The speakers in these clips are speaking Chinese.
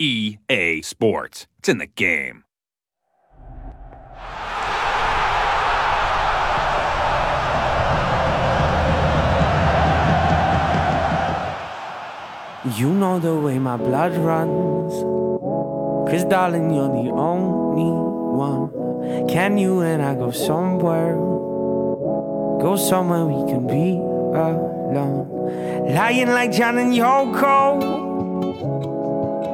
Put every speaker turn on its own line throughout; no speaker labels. EA E Sports. It's in the game.
You know the way my blood runs. Cause darling, you're the only one. Can you and I go somewhere? Go somewhere we can be alone. Lying like John and Yoko.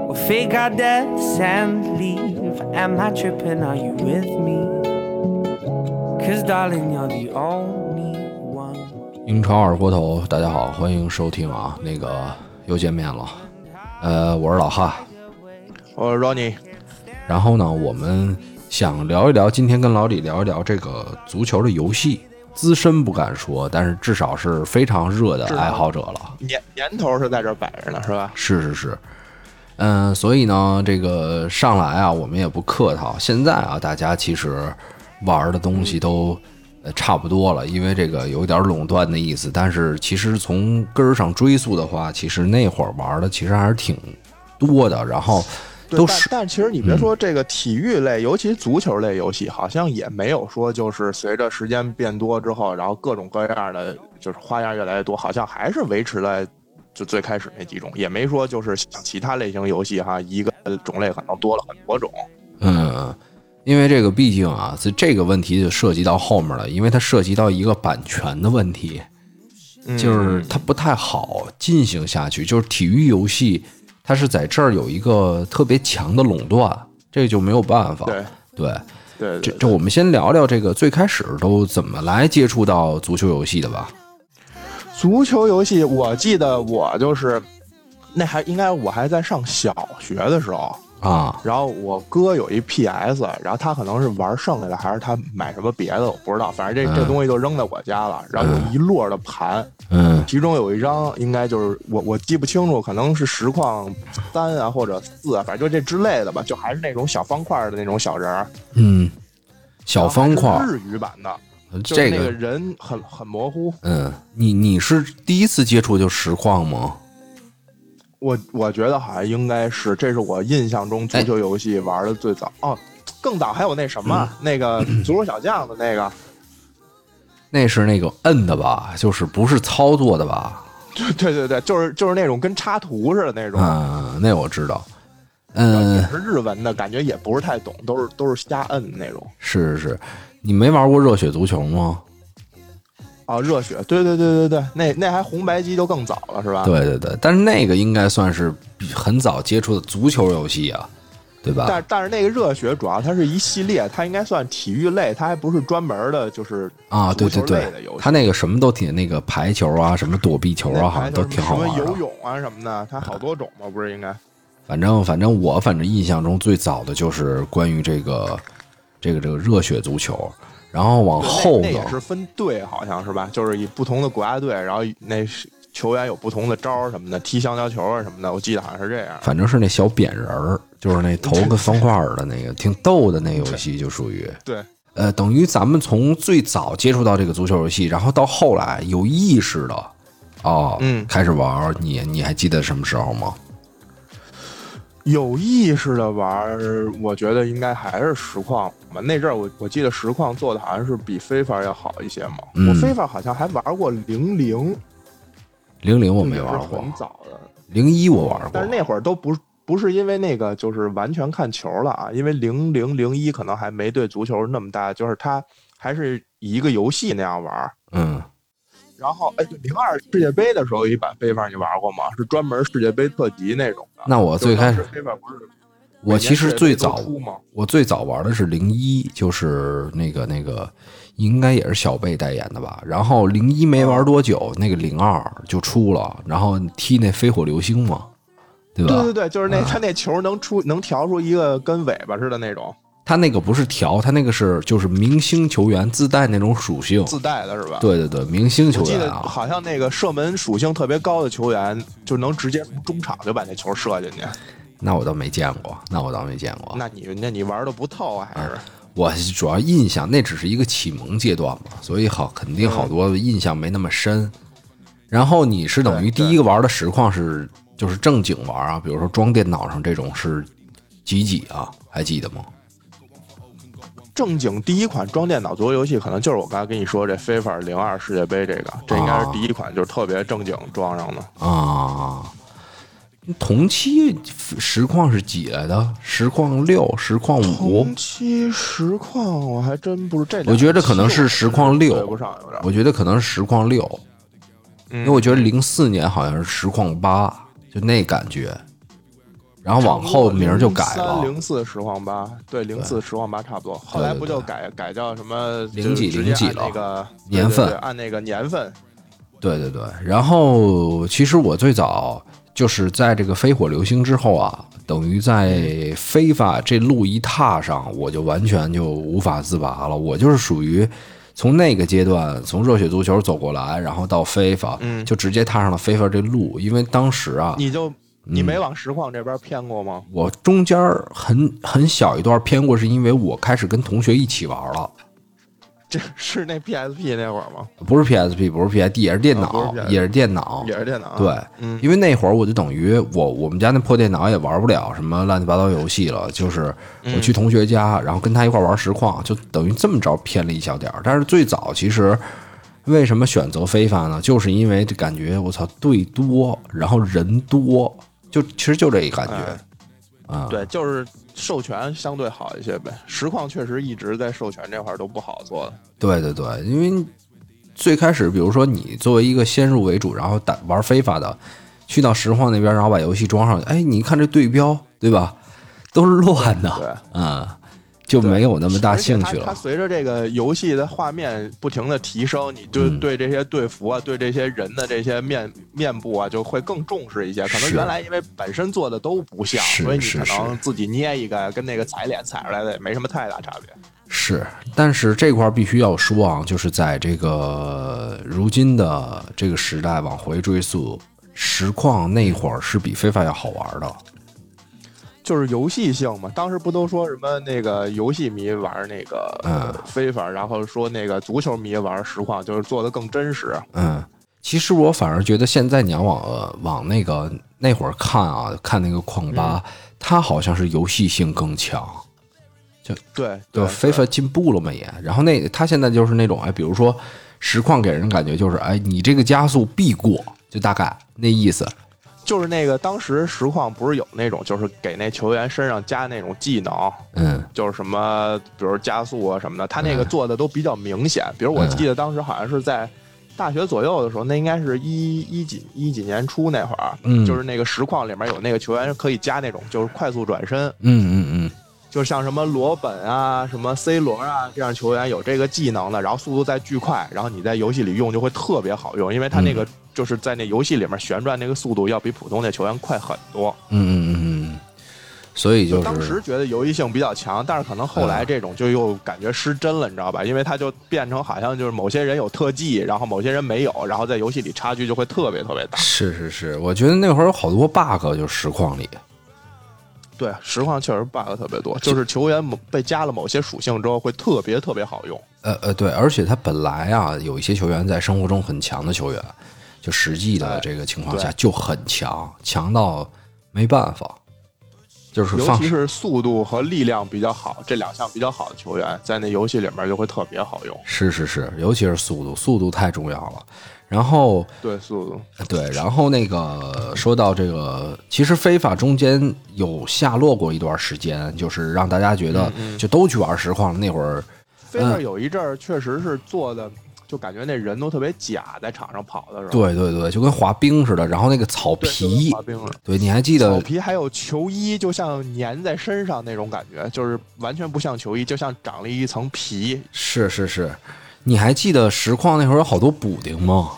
We'll fake our deaths and leave. Am I tripping? Are you with me? Cause darling, you're the only one.
英超二锅头，大家好，欢迎收听啊，那个又见面了，呃，我是老哈，
我是呃 Ronnie，
然后呢，我们想聊一聊，今天跟老李聊一聊这个足球的游戏，资深不敢说，但是至少是非常热的爱好者了，
年年头是在这儿摆着呢，是吧？
是是是，嗯，所以呢，这个上来啊，我们也不客套。现在啊，大家其实玩的东西都呃差不多了，因为这个有点垄断的意思。但是其实从根儿上追溯的话，其实那会儿玩的其实还是挺多的，然后
对
都
但
是
但其实你别说这个体育类，尤其足球类游戏，好像也没有说就是随着时间变多之后，然后各种各样的就是花样越来越多，好像还是维持了就最开始那几种，也没说就是像其他类型游戏哈，一个种类可能多了很多种。
嗯，因为这个毕竟啊，这这个问题就涉及到后面了，因为它涉及到一个版权的问题。
嗯
就是它不太好进行下去。就是体育游戏，它是在这儿有一个特别强的垄断，这就没有办法。
对
对，
对
这
对
这我们先聊聊这个最开始都怎么来接触到足球游戏的吧。
足球游戏，我记得我就是那还应该我还在上小学的时候，
啊，
然后我哥有一 PS，然后他可能是玩剩下的，还是他买什么别的，我不知道。反正这
嗯
这东西就扔在我家了，然后有一摞的盘，
嗯
其中有一张应该就是我我记不清楚，可能是实况三啊或者四啊，反正就这之类的吧，就还是那种小方块的那种小人儿，
嗯，小方块
然后还
儿，
是日语版的，就是
这
那个
个，
人很很模糊。
嗯，你你是第一次接触就实况吗？
我我觉得好像应该是，这是我印象中足球游戏玩的最早哦，更早还有那什么、啊
嗯
那个足球小将的那个。
那是那个摁的吧，就是不是操作的吧？
对对对，就是就是那种跟插图似的那种，
嗯，那我知道。
然后
嗯
也，是日文的，感觉也不是太懂，都是都是瞎摁的那种。
是是是，你没玩过热血足球吗？
啊，热血，对对对对对，那那还红白机就更早了是吧？。
对对对，但是那个应该算是比很早接触的足球游戏啊，对吧？
但但是那个热血主要它是一系列，它应该算体育类，它还不是专门的，就是
啊，对
足球
对对
类的游，戏
他那个什么都挺，那个排球啊，什么躲避球啊，好像都挺好
什么
玩的
游。泳啊什么的，它好多种嘛，不是应该？
反正反正我反正印象中最早的就是关于这个这个这个热血足球，然后往
对那
后
那
呢
也，是分队，好像是吧？就是以不同的国家队，然后那是球员有不同的招儿什么的，踢香蕉球啊什么的，我记得好像是这样。
反正是那小扁人儿，就是那头跟方块儿的那个，挺逗的那游戏就属于。
对，
呃，等于咱们从最早接触到这个足球游戏，然后到后来有意识的，哦，
嗯
开始玩儿，你你还记得什么时候吗？
有意识的玩儿，我觉得应该还是实况吧。那阵儿我我记得实况做的好像是比非法要好一些嘛。
嗯
我非法好像还玩过零零，
零零我
我
没玩过
很，早的。
零一我玩过
但是，那会儿都不不是因为那个，就是完全看球了啊，因为零零零一可能还没对足球那么大，就是它还是以一个游戏那样玩儿。
嗯，
然后，哎，零二世界杯的时候有一版非法你玩过吗？是专门世界杯特辑那种的。
那我最开始
就是当时非法不是
我其实最
每
早
年世界杯都出吗？
我最早玩的是零一，就是那个那个，应该也是小贝代言的吧。然后零一没
哦
玩多久，那个零二就出了，然后踢那飞火流星嘛，对吧？嗯
对对对，就是那他那球能出能调出一个跟尾巴似的那种
他那个不是调，他那个是就是明星球员自带那种属性，
自带的是吧？，
对对对，明星
我
球
记
员
得
啊，
好像那个射门属性特别高的球员，就能直接从中场就把那球射进去。
那我倒没见过，那我倒没见过。
那你那你玩的不透啊，还是？
哎我主要印象那只是一个启蒙阶段嘛，所以好肯
嗯
定好多印象没那么深。然后你是等于
对对
第一个玩的实况是就是正经玩啊，比如说装电脑上这种是几几啊？还记得吗？
正经第一款装电脑足球游戏，可能就是我刚才跟你说这 FIFA 零二世界杯这个，这应该是第一款就是特别正经装上的。
啊，同期实况是几来的？实况六、实况五
同，期实况我还真不是这两期，
我觉得可能是实况
对不
六，
上有点。
我觉得可能是实况六，因为我
嗯
觉得零四年好像是实况八，就那感觉。然后往后名儿就改了，
零四实况八，对，零四实况八差不多。后来不就改改叫什么
零几
就是直接
零几
按那个
年
对对
份
对按那个年份，
对对对，然后其实我最早就是在这个飞火流星之后啊，等于在非法这路一踏上，我就完全就无法自拔了。我就是属于从那个阶段，从热血足球走过来，然后到非法，
嗯
就直接踏上了非法这路。因为当时啊，
你就你没往实况这边骗过吗？
我中间儿很很小一段偏过，是因为我开始跟同学一起玩了。
这是那 PSP 那会儿吗？
不是 PSP，不是 PSP，也是电
啊不是
脑，
PSP
也是电脑，
也是电脑。
哦对，
嗯
因为那会儿我就等于我我们家那破电脑也玩不了什么乱七八糟游戏了，就是
嗯
我去同学家，然后跟他一块儿玩实况，就等于这么着偏了一小点儿。但是最早其实为什么选择非法呢？就是因为这感觉我操队多，然后人多，就其实就这一感觉。啊，
对，就是授权相对好一些呗。实况确实一直在授权这块儿都不好做的。
对对对，因为最开始，比如说你作为一个先入为主，然后打玩非法的，去到实况那边，然后把游戏装上去，哎，你一看这对标，对吧？ 都是乱的，
对，
嗯，就没有那么大
而且
兴
它
趣
它
了。
随着这个游戏的画面不停的提升，你就
嗯
对这些队服啊，对这些人的这些面面部啊，就会更重视一些。可能
是
原来因为本身做的都不像，
是
所以你
是
可
是
能自己捏一个，跟那个踩脸踩出来的也没什么太大差别。
是，但是这块儿必须要说啊，就是在这个如今的这个时代往回追溯，实况那会儿是比非法要好玩的。
就是游戏性嘛，当时不都说什么那个游戏迷玩那个
嗯
非法，然后说那个足球迷玩实况，就是做的更真实。
嗯，其实我反而觉得现在你要往、呃、往那个那会儿看啊，看那个矿吧，它好像是游戏性更强，
对
对吧
非
？FIFA 进步了嘛也，然后那它现在就是那种哎，比如说实况给人感觉就是哎，你这个加速必过，就大概那意思。
就是那个当时实况不是有那种，就是给那球员身上加那种技能，
嗯
就是什么，比如加速啊什么的，他那个做的都比较明显。比如我记得当时好像是在大学左右的时候，那应该是一一几一几年初那会儿，
嗯
就是那个实况里面有那个球员可以加那种就是快速转身，
嗯嗯
就像什么罗本啊、什么 C 罗啊这样球员有这个技能的，然后速度再巨快，然后你在游戏里用就会特别好用，因为他那个就是在那游戏里面旋转那个速度要比普通的球员快很多。
嗯嗯嗯嗯，所以就是嗯
当时觉得游戏性比较强，但是可能后来这种就又感觉失真了，你知道吧？因为它就变成好像就是某些人有特技，然后某些人没有，然后在游戏里差距就会特别特别大。
是是是，我觉得那会儿有好多 bug，就是实况里。
对，实况确实 bug 特别多，就是球员某被加了某些属性之后会特别特别好用。
呃呃，对，而且他本来啊，有一些球员在生活中很强的球员，就实际的这个情况下
对
就很强，强到没办法，就是
尤
放
其是速度和力量比较好，这两项比较好的球员，在那游戏里面就会特别好用。
是是是，尤其是速度，速度太重要了。然后
对，速度，
对，然后那个说到这个，其实非法中间有下落过一段时间，就是让大家觉得
嗯
就都去玩实况了那会儿，
菲
嗯
特有一阵儿确实是做的，就感觉那人都特别假，在场上跑的时候。
对对对，就跟滑冰似的。然后那个草
对，就跟
皮
滑，冰了。
对，你还记得
草皮还有球衣，就像粘在身上那种感觉，就是完全不像球衣，就像长了一层皮。
是是是，你还记得实况那会儿有好多补丁吗？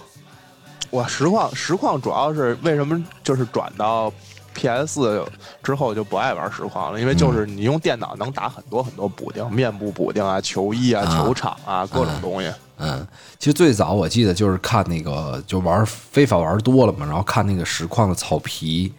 哇，实况实况主要是为什么就是转到 PS 之后就不爱玩实况了，因为
嗯
就是你用电脑能打很多很多补丁，面部补丁啊、球衣啊、
啊
球场啊，各种东西。
嗯，其实最早我记得就是看那个，就玩非法玩多了嘛，然后看那个实况的草皮，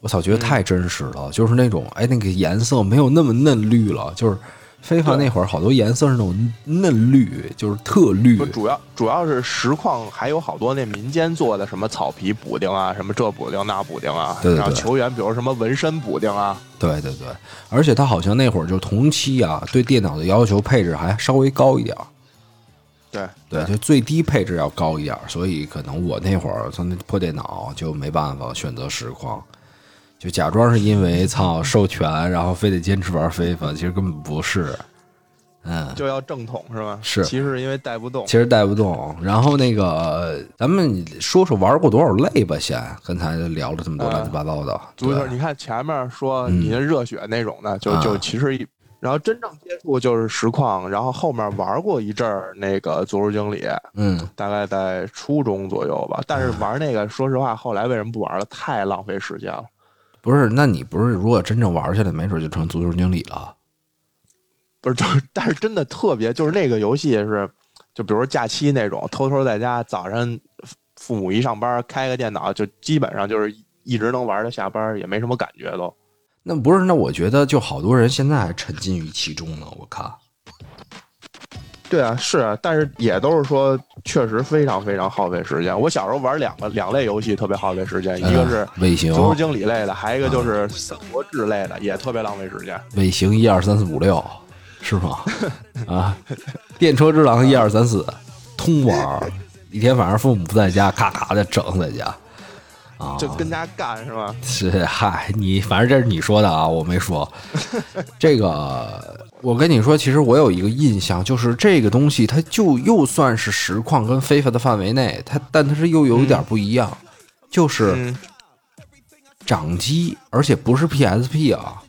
我操，觉得太真实了，就是那种哎，那个颜色没有那么嫩绿了，就是非法那会儿好多颜色是那种嫩绿，就是特绿
不，主要主要是实况，还有好多那民间做的什么草皮补丁啊，什么这补丁那补丁啊，
对对对
然后球员比如什么纹身补丁啊，
对对对，而且它好像那会儿就同期啊，对电脑的要求配置还稍微高一点儿，
对
对，就最低配置要高一点儿，所以可能我那会儿从那破电脑就没办法选择实况，就假装是因为操授权，然后非得坚持玩非法，其实根本不是，嗯，
就要正统是吧？
是
其实因为带不动
其，实带不动。然后那个，咱们说说玩过多少类吧，先，刚才聊了这么多乱七八糟的，
呃足球
对
你看前面说
嗯
你那热血那种的，就就
啊
其实一。然后真正接触就是实况，然后后面玩过一阵儿那个足球经理，
嗯，
大概在初中左右吧。但是玩那个，说实话，后来为什么不玩了？太浪费时间了。
不是，那你不是如果真正玩下来，没准就成足球经理了。
不是，就是但是真的特别，就是那个游戏是，就比如假期那种，偷偷在家早上父母一上班开个电脑，就基本上就是一直能玩到下班，也没什么感觉都。
那不是，那我觉得就好多人现在还沉浸于其中呢。我看，
对啊，是啊，但是也都是说，确实非常非常耗费时间。我小时候玩两个两类游戏特别耗费时间，一个是
嗯尾行
足球经理类的，还有一个就是三国志类的，也特别浪费时间。
尾行一二三四五六，是吗？啊，电车之狼一二三四，通玩儿，一天晚上父母不在家，咔咔的整在家，啊，
就跟家干是吧？
是嗨，你反正这是你说的啊，我没 说。这个，我跟你说，其实我有一个印象，就是这个东西它就又算是实况跟非法的范围内，它但它是又有一点不一样，就是
嗯
掌机，而且不是 PSP 啊，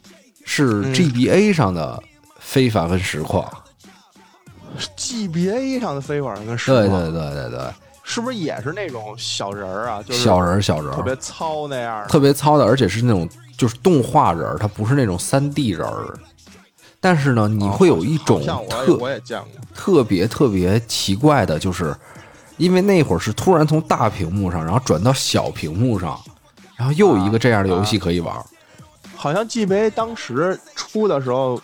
是
嗯
GBA 上的非法跟实况。
，GBA 上的飞管跟实
对
况
对对对对，
是不是也是那种小人儿啊？就是
小人儿小人儿，
特别糙那样的。
特别糙的，而且是那种就是动画人儿，它不是那种三 D 人儿。但是呢，你会有一种
啊哦好像我
特
也我也见过，
特别特别奇怪的，就是因为那会儿是突然从大屏幕上，然后转到小屏幕上，然后又一个这样的游戏可以玩。
好像 GBA 当时出的时候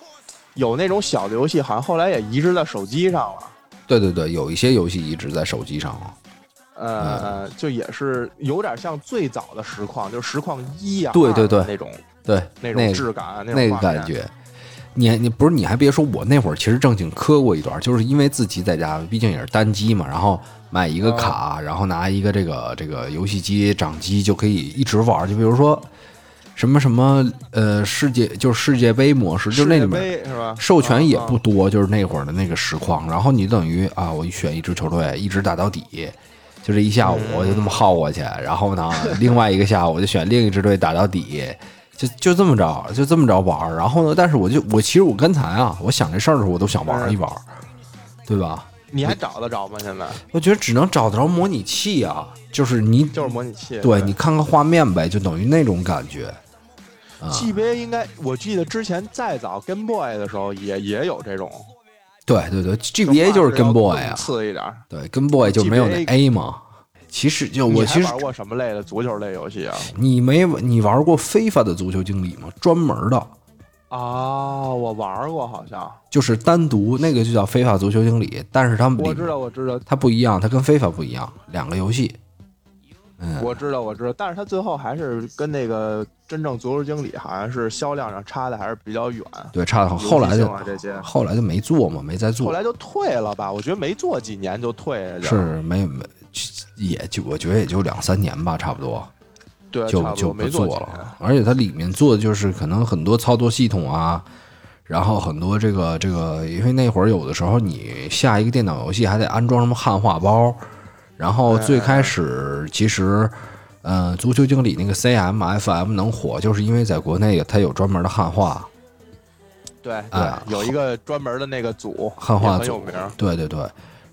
有那种小的游戏，好像后来也移植到手机上了。
对对对，有一些游戏一直在手机上啊了。
呃，呃就也是有点像最早的实况，就是实况一啊，
对对
二
对
那种
对，
那
那
种质感，
那
种
个
画面
感。觉。你你不是你还别说，我那会儿其实正经磕过一段，就是因为自己在家，毕竟也是单机嘛，然后买一
嗯
个卡，然后拿一个这个这个游戏机掌机就可以一直玩。就比如说什么什么呃世界就是世界杯模式，就那里面
世界杯是吧？
授权也不
啊
多，就是那会儿的那个实况。然后你等于啊，我一选一支球队，一直打到底，就这一下午我就这么耗过去。然后呢，另外一个下午我就选另一支队打到底，就就这么着，就这么着玩儿。然后呢，但是我就我其实我刚才啊，我想这事儿的时候，我都想玩一玩，对吧？
嗯你还找得着吗？现在
我觉得只能找得着模拟器啊，就是你
就是模拟器。
对你看看画面呗，就等于那种感觉。啊，
GBA 应该，我记得之前再早 Game Boy 的时候也也有这种
对对对，GBA 就是
跟
Game Boy 啊，
次一点儿。
对，Game Boy 就没有那 A 嘛。其实就
你
我
还
其实
玩过什么类的足球类游戏啊？
你没你玩过非法的足球经理吗？专门的，
啊，我玩过，好像
就是单独那个就叫非法足球经理，但是他们
我知道，我知道，
它不一样，它跟非法不一样，两个游戏。嗯，
我知道，我知道。但是他最后还是跟那个真正足球经理好像是销量上差的还是比较远，
对，差的后来
游戏
就、
性啊这些
后来就没做嘛，没再
后
做，
来就退了吧。我觉得没做几年就退了，
是没没也就我觉得也就两三年吧，差不多。
对，
就
差不
就
多
不
没
做
几年。
了。而且它里面做的就是可能很多操作系统啊，然后很多这个这个，因为那会儿有的时候你下一个电脑游戏还得安装什么汉化包，然后最开始其实。呃，足球经理那个 CM FM 能火，就是因为在国内它有专门的汉化，
对
哎
对，有一个专门的那个组，
汉化
也很
组
有名儿。
对对对，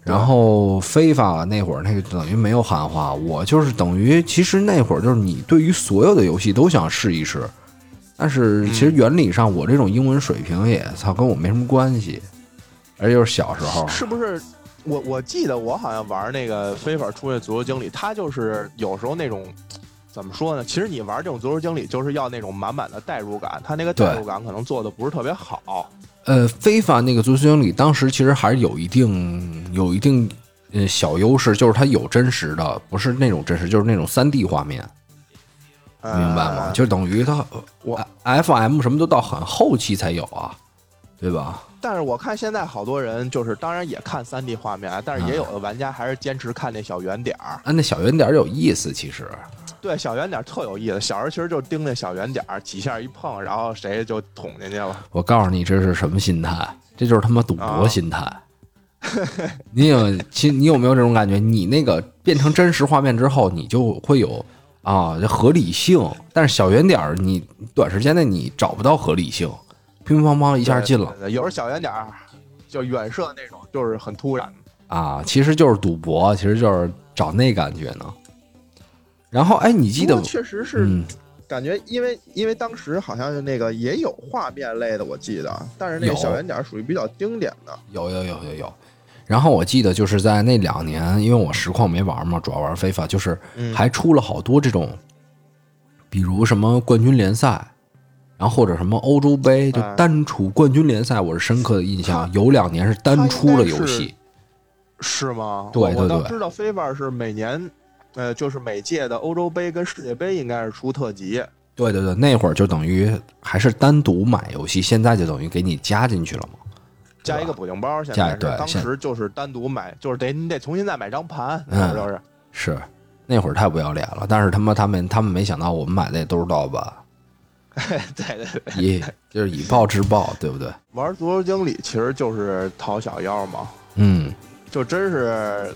然后非法那会儿那个等于没有汉化，我就是等于其实那会儿就是你对于所有的游戏都想试一试，但是其实原理上我这种英文水平也操跟我没什么关系，而且就是小时候
是不是？我我记得我好像玩那个非法出那足球经理，他就是有时候那种怎么说呢？其实你玩这种足球经理就是要那种满满的代入感，他那个代入感可能做的不是特别好。
呃，非法那个足球经理当时其实还是有一定嗯有一定呃小优势，就是它有真实的，不是那种真实，就是那种三 D 画面，
呃
明白吗？就等于它呃
我
F M 什么都到很后期才有啊，对吧？
但是我看现在好多人就是，当然也看3 D 画面，啊但是也有的玩家还是坚持看那小圆点儿。
啊，那小圆点儿有意思，其实
对，小圆点儿特有意思。小时候其实就盯那小圆点儿，几下一碰，然后谁就捅进去了。
我告诉你这是什么心态，这就是他妈赌博
啊
心态。你有其你有没有这种感觉？你那个变成真实画面之后，你就会有啊这合理性，但是小圆点儿你短时间内你找不到合理性，乒乒乓乓一
一
下进了
有时候小圆点儿就远射那种，就是很突然。
啊，其实就是赌博，其实就是找那感觉呢。然后哎，你记
不
得
过确实是
嗯
感觉，因为因为当时好像是那个也有画面类的，我记得，但是那个
有
小圆点儿属于比较经典的。
有有有有有。然后我记得就是在那两年，因为我实况没玩嘛，主要玩非法，就是
嗯
还出了好多这种，比如什么冠军联赛，然后或者什么欧洲杯，就
哎
单出冠军联赛，我是深刻的印象，有两年是单出了游戏，
是吗？
对
我
对
我倒
对
知道 FIBA 是每年，呃，就是每届的欧洲杯跟世界杯应该是出特辑。
对对对，那会儿就等于还是单独买游戏，现在就等于给你加进去了嘛。
加一个补丁包，现在是
加对
当
现
时就是单独买，就是得你得重新再买张盘，
嗯
是不是？
是，那会儿太不要脸了，但是他妈他们他们没想到我们买的也都是盗版，
对对对，
以就是以暴制暴，对不对？
玩足球经理其实就是讨小妖嘛，
嗯，
就真是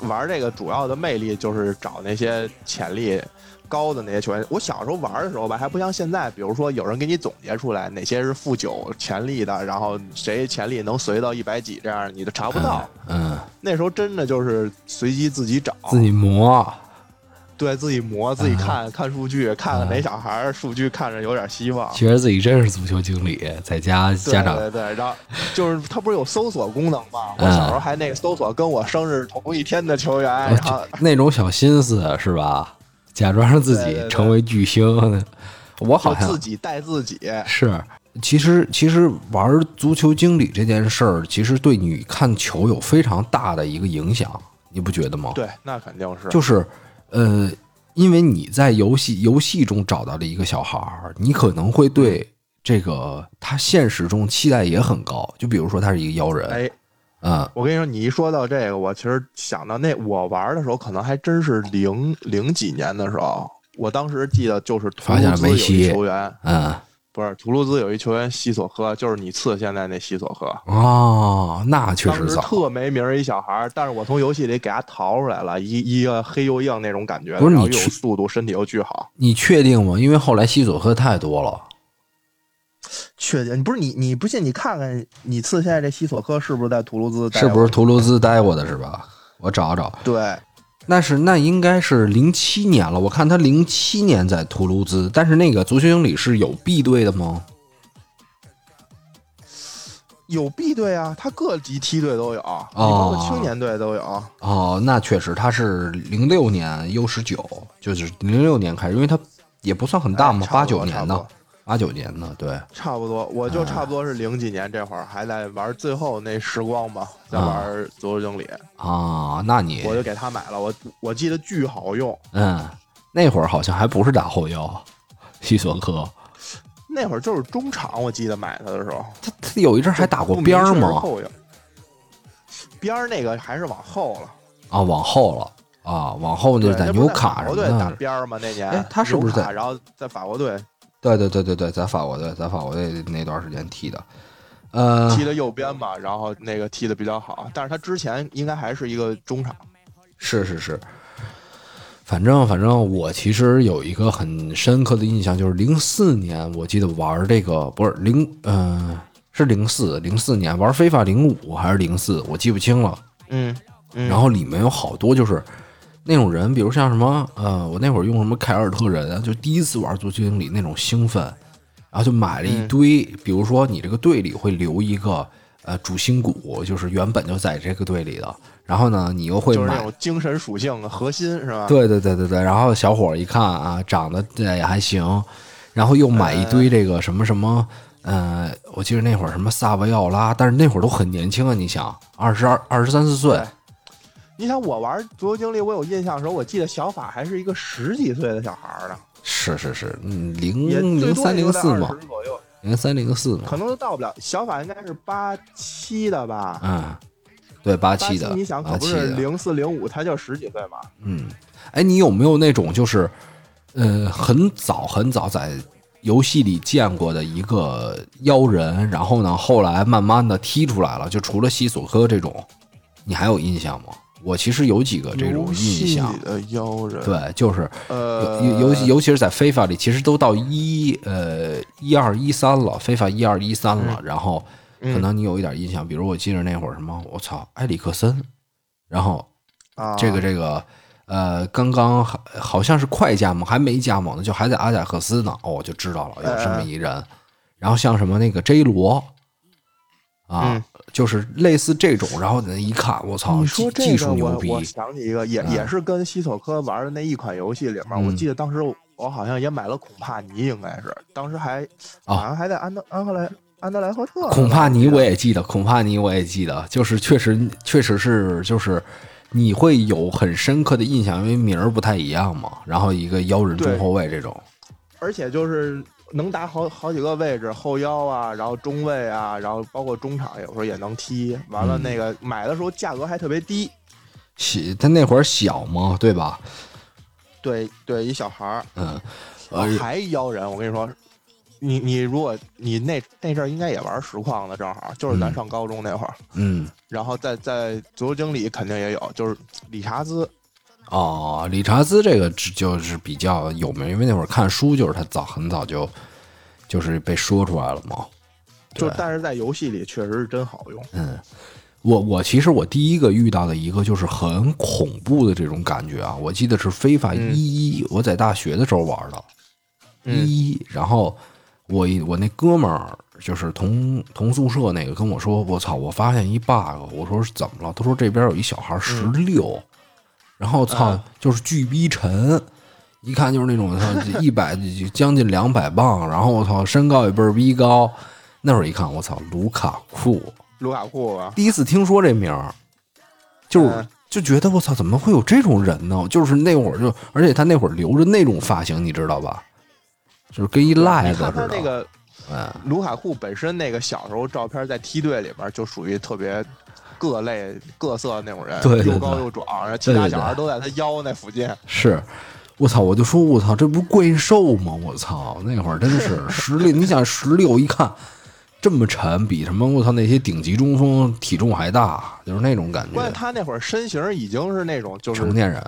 呃玩这个主要的魅力就是找那些潜力高的那些球员。我小时候玩的时候吧，还不像现在，比如说有人给你总结出来哪些是负九潜力的，然后谁潜力能随到一百几这样，你都查不到。
嗯，
那时候真的就是随机自己找，
自己磨。
对自己磨，
啊
自己看、看数据，看看哪小孩儿数据看着有点希望。
觉得自己真是足球经理，在家
对
家长
对对，然后就是它不是有搜索功能吗？我
嗯
小时候还那个搜索跟我生日同一天的球员，然后
哦就那种小心思是吧？假装自
对对
己
对
成为巨星， 我好
就
像
自己带自己。
是。其实，其实玩足球经理这件事儿，其实对你看球有非常大的一个影响，你不觉得吗？
对，那肯定是。
就是，呃，因为你在游戏游戏中找到了一个小孩儿，你可能会对这个他现实中期待也很高。就比如说他是一个妖人，
哎，
嗯，
我跟你说，你一说到这个，我其实想到那我玩的时候，可能还真是零零几年的时候，我当时记得就是图
发现
卢
了
兹
梅
有
西
一球员，
嗯，
不是图卢兹有一球员西索科，就是你次现在那西索科。
哦，那确
当
实
时
早，
特没名儿一小孩儿，但是我从游戏里给他淘出来了，一一个黑又硬那种感觉的，
不是
然后
你
又有
去
速度，身体又巨好。
你确定吗？因为后来西索科太多了，
确定？不是你，你不信？你看看，你次现在这西索科是不是在图卢兹？
是不是？图卢兹待过的是吧？我找找，
对，
那是那应该是零七年了。我看他零七年在图卢兹，但是那个足球经理是有 B 队的吗？
有 B 队啊，他各级梯队都有，你包括青年队都有。
哦，那确实他是零六年 U 十九，就是零六年开始，因为他也不算很大嘛，八
哎差不
九
多
年的，八九年的，对，
差不多，我
嗯
就差不多是零几年这会儿还在玩最后那时光吧，在
嗯
玩足球经理，
啊，那你
我就给他买了，我我记得巨好用，
嗯，那会儿好像还不是打后腰，西索科。
那会儿就是中场，我记得买它的时候。
他他有一阵儿还打过边儿
不明确是
吗？
后腰边儿那个还是往后了，
啊，往后了啊，往后就是在
那不
纽
在
卡
法
什
国
么
队打
的。
边儿吗？那年，
哎他是不是
纽卡
在
然后在法国队
对对对对对，在法国队，在法国队那段时间踢的。呃
踢，的右边吧，然后那个踢的比较好，但是他之前应该还是一个中场。
是是是，反正反正我其实有一个很深刻的印象，就是零四年，我记得玩这个不是零，呃，是零四零四年玩非法零五还是零四，我记不清了。
嗯，嗯
然后里面有好多就是那种人，比如像什么呃，我那会儿用什么凯尔特人啊，就第一次玩足球经理那种兴奋，然后就买了一堆，比如说你这个队里会留一个呃主心骨，就是原本就在这个队里的。然后呢，你又会
就是那
买
种精神属性的核心是吧？
对对对对对，然后小伙儿一看啊，长得这也还行，然后又买一堆这个什么什么，呃，我记得那会儿什么萨维奥拉，但是那会儿都很年轻啊，你想，二十二、二十三四岁
对，你想我玩足球经理，我有印象的时候，我记得小法还是一个十几岁的小孩儿呢，
是是是，嗯，
也
零
最
零
多
三
也
零
就在
四
二
嘛，
十左右，
零三零四嘛
可，能都到不了。小法应该是八七的吧？
嗯，对，八
八
七的，
你想可
八
不
七
是
的，
零四零五，他就十几岁嘛。
嗯，哎，你有没有那种就是，呃，很早很早在游戏里见过的一个妖人，然后呢，后来慢慢的踢出来了，就除了西索科这种，你还有印象吗？我其实有几个这种
游
印
戏
象
里，的妖人，，
对，就是
呃，
尤尤其尤其是在非法里，其实都到一呃一二一三了，非法一二一三了，
嗯
然后可能你有一点印象，比如我记得那会儿什么，我操，埃里克森，然后
啊，
这个这个，呃，刚刚还好像是快加盟，还没加盟呢，就还在阿贾克斯呢，哦，我就知道了有这么
哎
一人。然后像什么那个 J 罗，啊，
嗯
就是类似这种，然后你一看，我操，
你说
技
这
技
个
术
我，
牛
我
逼，
想起一个，也也是跟西索科玩的那一款游戏里面，
嗯
我记得当时我我好像也买了孔帕尼，应该是当时还
啊
好像还在安德安赫莱安德莱赫特。
孔帕尼我也记得，孔帕尼我也记得，就是确实确实是就是。你会有很深刻的印象，因为名儿不太一样嘛。然后一个妖人中
对
后卫这种，
而且就是能打好好几个位置，后腰啊，然后中卫啊，然后包括中场有时候也能踢。完了
嗯
那个买的时候价格还特别低，
小他那会儿小嘛，对吧？
对对，一小孩儿，
嗯，
哦
而且
还妖人，我跟你说。你你如果你那那阵儿应该也玩实况的，正好就是咱
嗯
上高中那会儿，
嗯，
然后在在足球经理肯定也有，就是理查兹，
哦，理查兹这个只就是比较有名，因为那会儿看书就是他早很早就就是被说出来了嘛。
就
对嗯
但是在游戏里确实是真好用。
我我其实我第一个遇到的一个就是很恐怖的这种感觉啊，我记得是非法一一，我在大学的时候玩的，一一，然后我一我那哥们儿就是同同宿舍那个跟我说，我操，我发现一 bug，我说是怎么了？他说这边有一小孩十六、然后操
啊，
就是巨逼沉。一看就是那种操一百将近两百磅，然后我操身高也倍儿逼高，那会儿一看我操卢卡库，
卢卡库啊，
第一次听说这名儿，就是、
嗯
就觉得我操，怎么会有这种人呢？就是那会儿就，而且他那会儿留着那种发型，你知道吧？就是跟一
你
癞子
看他
似的。
那个
嗯，
卢卡库本身那个小时候照片在梯队里边就属于特别各类各色的那种人，
对对
又高
对
又壮，然后其他
对对
小孩
对
都在他腰那附近。
是。我操！我就说我操，这不怪兽吗？我操，那会儿真是 十六，你想十六一看这么沉，比什么我操那些顶级中锋体重还大，就是那种感
关
觉
键。他那会儿身形已经是那种就是
成年人，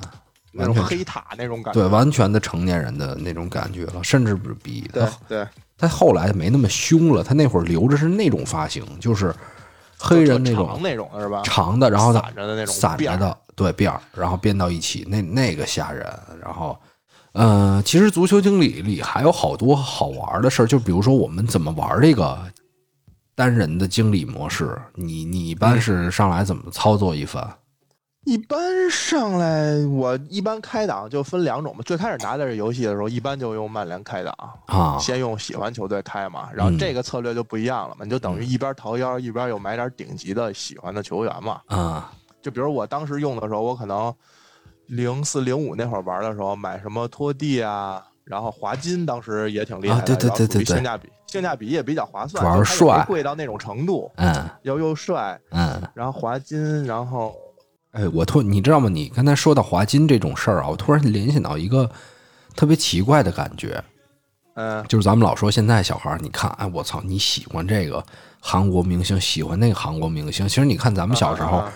那
完
种
全
黑塔那种感觉
对，。完全的成年人的那种感觉了，甚至比他
对对，
他后来没那么凶了，他那会儿留着是那种发型，就是黑人那
就
种
长那种的是吧？
长的，然后他
散着的那种
散
辫
着
儿
的，对辫儿，然后编到一起，那那个吓人。然后，呃，其实足球经理里还有好多好玩的事儿，就比如说我们怎么玩这个单人的经理模式，你你一
嗯
般是上来怎么操作一番？
一般上来，我一般开档就分两种嘛。最开始拿的这游戏的时候，一般就用曼联开档，
啊，嗯
先用喜欢球队开嘛。然后这个策略就不一样了嘛，你就等于一边桃腰，一边又买点顶级的喜欢的球员嘛。
啊，
就比如我当时用的时候，我可能零四零五那会儿玩的时候，买什么托蒂啊，然后华金当时也挺厉害的，
啊对对对
然后属于
对对
性价比性价比也比较划算，
主要是
就它
帅
也没贵到那种程度，
嗯
又又帅，
嗯。
然后华金，然后
哎，我突你知道吗？你刚才说到华金这种事儿啊，我突然联想到一个特别奇怪的感觉，
嗯、
就是咱们老说现在小孩儿，你看，哎，我操，你喜欢这个韩国明星，喜欢那个韩国明星。其实你看咱们小时候，
啊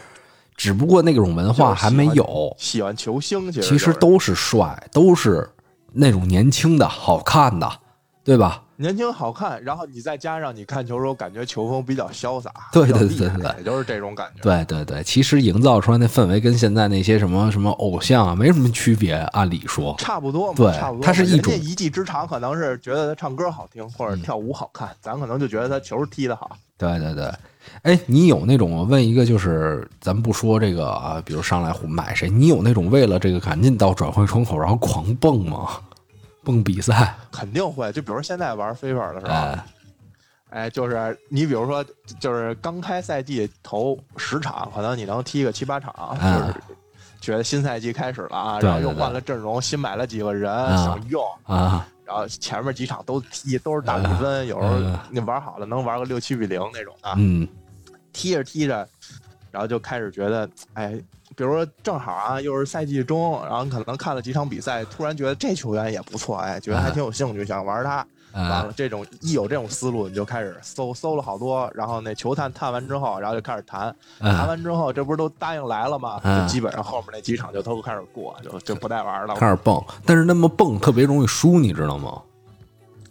只不过那种文化还没有，
喜欢球星，其
其
实其
实都是帅，都是那种年轻的、好看的，对吧？
年轻好看，然后你再加上你看球的时候感觉球风比较潇洒，
对
比较
对
厉
对
害
对
就是这种感觉。
对对对，其实营造出来那氛围跟现在那些什么什么偶像啊没什么区别，按理说，
差不多嘛，
对
差不多嘛。
它是一
人家
种嗯
一技之长，可能是觉得他唱歌好听或者跳舞好看，咱可能就觉得他球踢得好。
对对对，哎，你有那种我问一个，就是咱不说这个啊，比如上来买谁，你有那种为了这个赶紧到转会窗口然后狂蹦吗？蹦比赛？
肯定会。就比如现在玩飞 i 的时候，
哎
哎，就是你比如说，就是刚开赛季头十场，可能你能踢个七八场，
嗯
就是觉得新赛季开始了啊，
对
然后又
对对
换了阵容，新买了几个人、
嗯
想用，
啊，
然后前面几场都踢都是大比分，有时
嗯
候你玩好了能玩个六七比零那种的，
嗯
踢着踢着，然后就开始觉得，哎，比如说正好啊，又是赛季中，然后可能看了几场比赛，突然觉得这球员也不错，哎，觉得
嗯
还挺有兴趣，想玩他。完
啊
了，这种一有这种思路，你就开始搜搜了好多，然后那球探探完之后，然后就开始谈，谈
啊，
完之后，这不是都答应来了吗？
嗯
就基本上后面那几场就都开始过，就就不带玩了。
开始蹦，但是那么蹦特别容易输，你知道吗？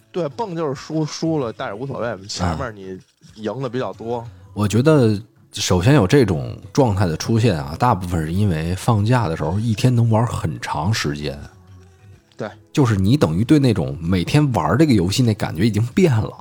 对，蹦就是输输了，但是无所谓，前
啊
面你赢的比较多，
我觉得首先有这种状态的出现啊，大部分是因为放假的时候一天能玩很长时间，
对，
就是你等于对那种每天玩这个游戏那感觉已经变了。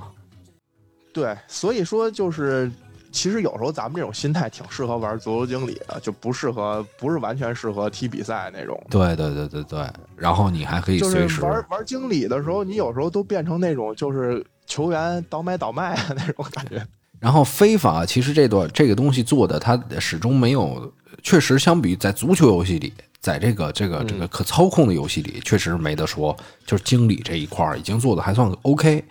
对，所以说就是，其实有时候咱们这种心态挺适合玩足球经理的，就不适合，不是完全适合踢比赛那种。
对对对对对，然后你还可以
就
随
是
时
玩玩经理的时候，你有时候都变成那种就是球员倒买倒卖的那种感觉。
然后非法其实这段这个东西做的，它始终没有，确实相比于在足球游戏里，在这个
嗯
这个这个可操控的游戏里，确实没得说，就是经理这一块儿已经做的还算 OK，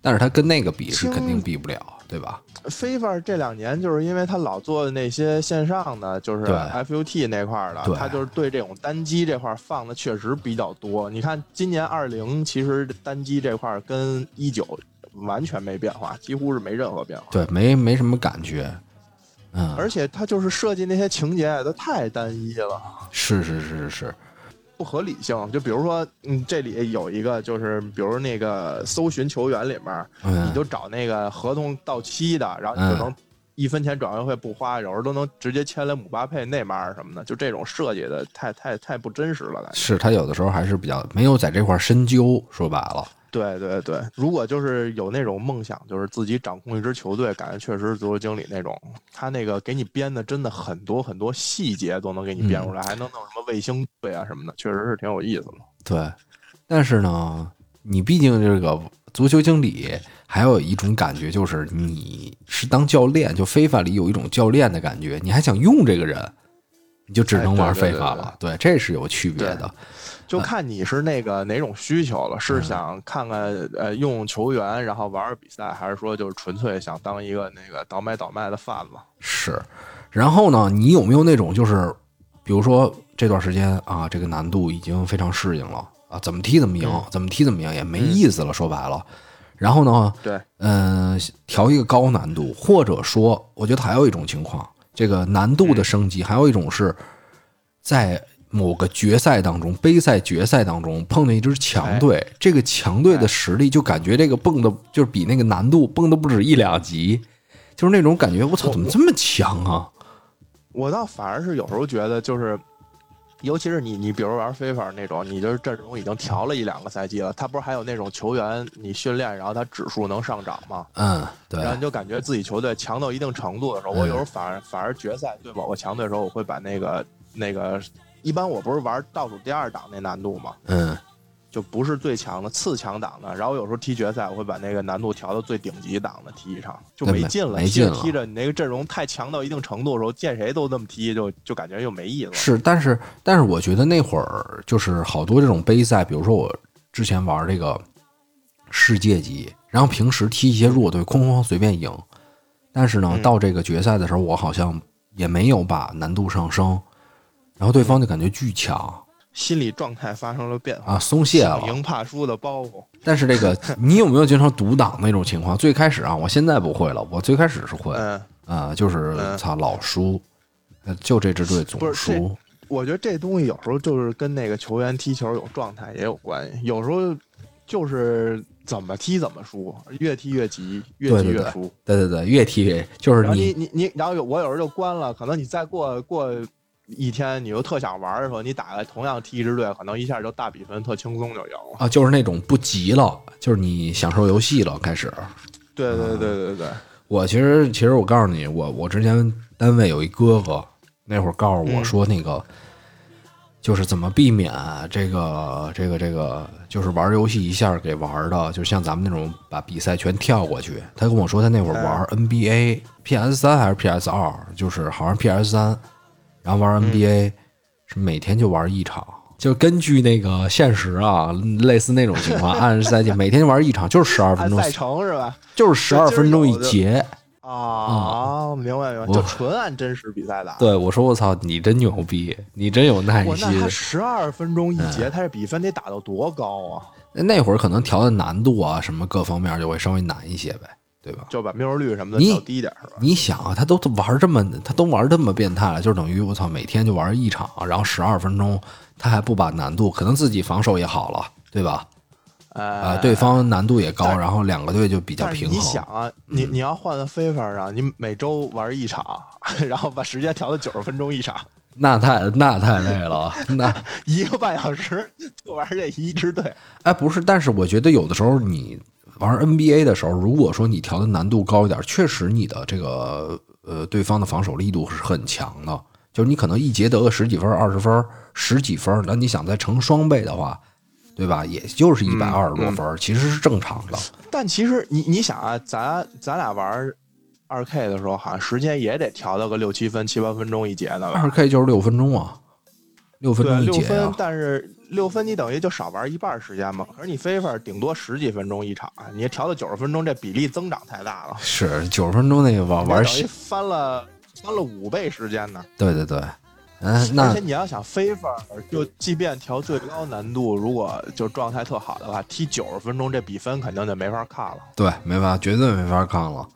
但是它跟那个比是肯定比不了，对吧？
非法这两年就是因为他老做那些线上的，就是
对
FUT 那块儿的
对，
他就是对这种单机这块儿放的确实比较多。你看今年二零，其实单机这块儿跟一九完全没变化，几乎是没任何变化。
对，没没什么感觉，嗯，
而且他就是设计那些情节都太单一了，
是是是是是，
不合理性。就比如说，嗯，这里有一个就是，比如那个搜寻球员里面，你
嗯，
就找那个合同到期的，然后你
嗯
就能一分钱转会费不花，有时候都能直接签来姆巴佩、内马尔什么的。就这种设计的太太太不真实了，感觉。
是他有的时候还是比较没有在这块儿深究，说白了，
对对对，如果就是有那种梦想，就是自己掌控一支球队，感觉确实是足球经理那种，他那个给你编的真的很多很多细节都能给你编出来，还能弄什么卫星队啊什么的，确实是挺有意思的。
对，但是呢，你毕竟这个足球经理，还有一种感觉就是你是当教练，就非法里有一种教练的感觉，你还想用这个人，你就只能玩
哎对
非
对
法了。对这是有区别的。
就看你是那个哪种需求了，是想看看呃用球员，然后玩玩比赛，还是说就是纯粹想当一个那个倒买倒卖的贩子？
是，然后呢，你有没有那种就是，比如说这段时间啊，这个难度已经非常适应了啊，怎么踢怎么赢，怎么踢怎么赢也没意思了，说白了。然后呢，
对，
嗯，调一个高难度，或者说，我觉得还有一种情况，这个难度的升级，还有一种是在某个决赛当中、杯赛、决赛当中碰见一支强队，这个强队的实力就感觉这个蹦的，就是比那个难度蹦的不止一两级，就是那种感觉，我操，怎么这么强啊？
我倒反而是有时候觉得就是。尤其是你，你比如玩非法那种，你就是阵容已经调了一两个赛季了，他不是还有那种球员，你训练然后他指数能上涨吗？
嗯，对
然，后你就感觉自己球队强到一定程度的时候，我有时候反而反而决赛对某个强队的时候，我会把那个那个，一般我不是玩倒数第二档那难度吗？
嗯，
就不是最强的次强档的，然后有时候踢决赛，我会把那个难度调到最顶级档的踢一场，就
对
没
没
劲了。
没
踢着
劲了
踢着，你那个阵容太强到一定程度的时候，见谁都这么踢，就就感觉又没意思了。
是，但是但是我觉得那会儿就是好多这种杯赛，比如说我之前玩这个世界级，然后平时踢一些弱队，哐哐哐随便赢，但是呢，
嗯
到这个决赛的时候，我好像也没有把难度上升，然后对方就感觉巨强
心理状态发生了变化，
啊，松懈了
想。赢怕输的包袱。
但是这个 你有没有经常独挡那种情况？最开始啊，我现在不会了，我最开始是会啊、
嗯，
就是
嗯
操老输，呃就这支队
不
总
是这
输，
我觉得这东西有时候就是跟那个球员踢球有状态也有关系，有时候就是怎么踢怎么输，越踢越急，越
对
踢
对
越输。
对对对，越踢越就是
然后
你
你你你，然后有我有时候就关了，可能你再过过一天，你又特想玩的时候，你打个同样踢一支队，可能一下就大比分，特轻松就赢了。
啊，就是那种不急了，就是你享受游戏了，开始。
对对对对对，
嗯我其实其实我告诉你，我我之前单位有一哥哥，那会儿告诉我
嗯
说那个。就是怎么避免这个这个这个，就是玩游戏一下给玩的，就像咱们那种把比赛全跳过去。他跟我说他那会儿玩 NBA、PS 三还是 PS 二，就是好像 PS 三，然后玩 NBA、是每天就玩一场，就根据那个现实啊，类似那种情况，按时赛季每天就玩一场，就是十二分
按
钟，
赛程是吧？
就是十二分钟一节。
啊，明白明白，
我
就纯按真实比赛打。
嗯对，我说我操，你真牛逼，你真有耐
我那
心
他。十二分钟一节，
嗯
他这比分得打到多高啊？
那那会儿可能调的难度啊，什么各方面就会稍微难一些呗，对吧？
就把命中率什么的
你
调低点儿是吧？
你想啊，他都玩这么，他都玩这么变态了，就是等于我操，每天就玩一场，然后十二分钟，他还不把难度，可能自己防守也好了，对吧？啊、
哎，
对方难度也高，
但
然后两个队就比较
但是
平
你想
衡。嗯
啊，你你要换到非法上，你每周玩一场， 然后把时间调到九十分钟一场，
那太那太累了，那
一个半小时就玩这一支队。
哎，不是，但是我觉得有的时候你玩 NBA 的时候，如果说你调的难度高一点，确实你的这个呃对方的防守力度是很强的，就是你可能一节得个十几分、二十分、十几分，那你想再乘双倍的话，对吧？也就是一百
嗯
二十多分，其实是正常的。
但其实你你想啊，咱咱俩玩二 K 的时候，好像时间也得调到个六七分、七八分钟一节呢吧？
二 K 就是六分钟啊，六分
对，
钟一
六
节
分
啊，，
但是六分你等于就少玩一半时间嘛。可是你非法顶多十几分钟一场，啊你调到九十分钟，这比例增长太大了，
是九十分钟那个玩玩
你等于翻了翻了五倍时间呢。
对对对，嗯、
而
那
且你要想 favor，就即便调最高难度，如果就状态特好的话，踢九十分钟这比分肯定就没法看了，
对没办法，绝对没法看了。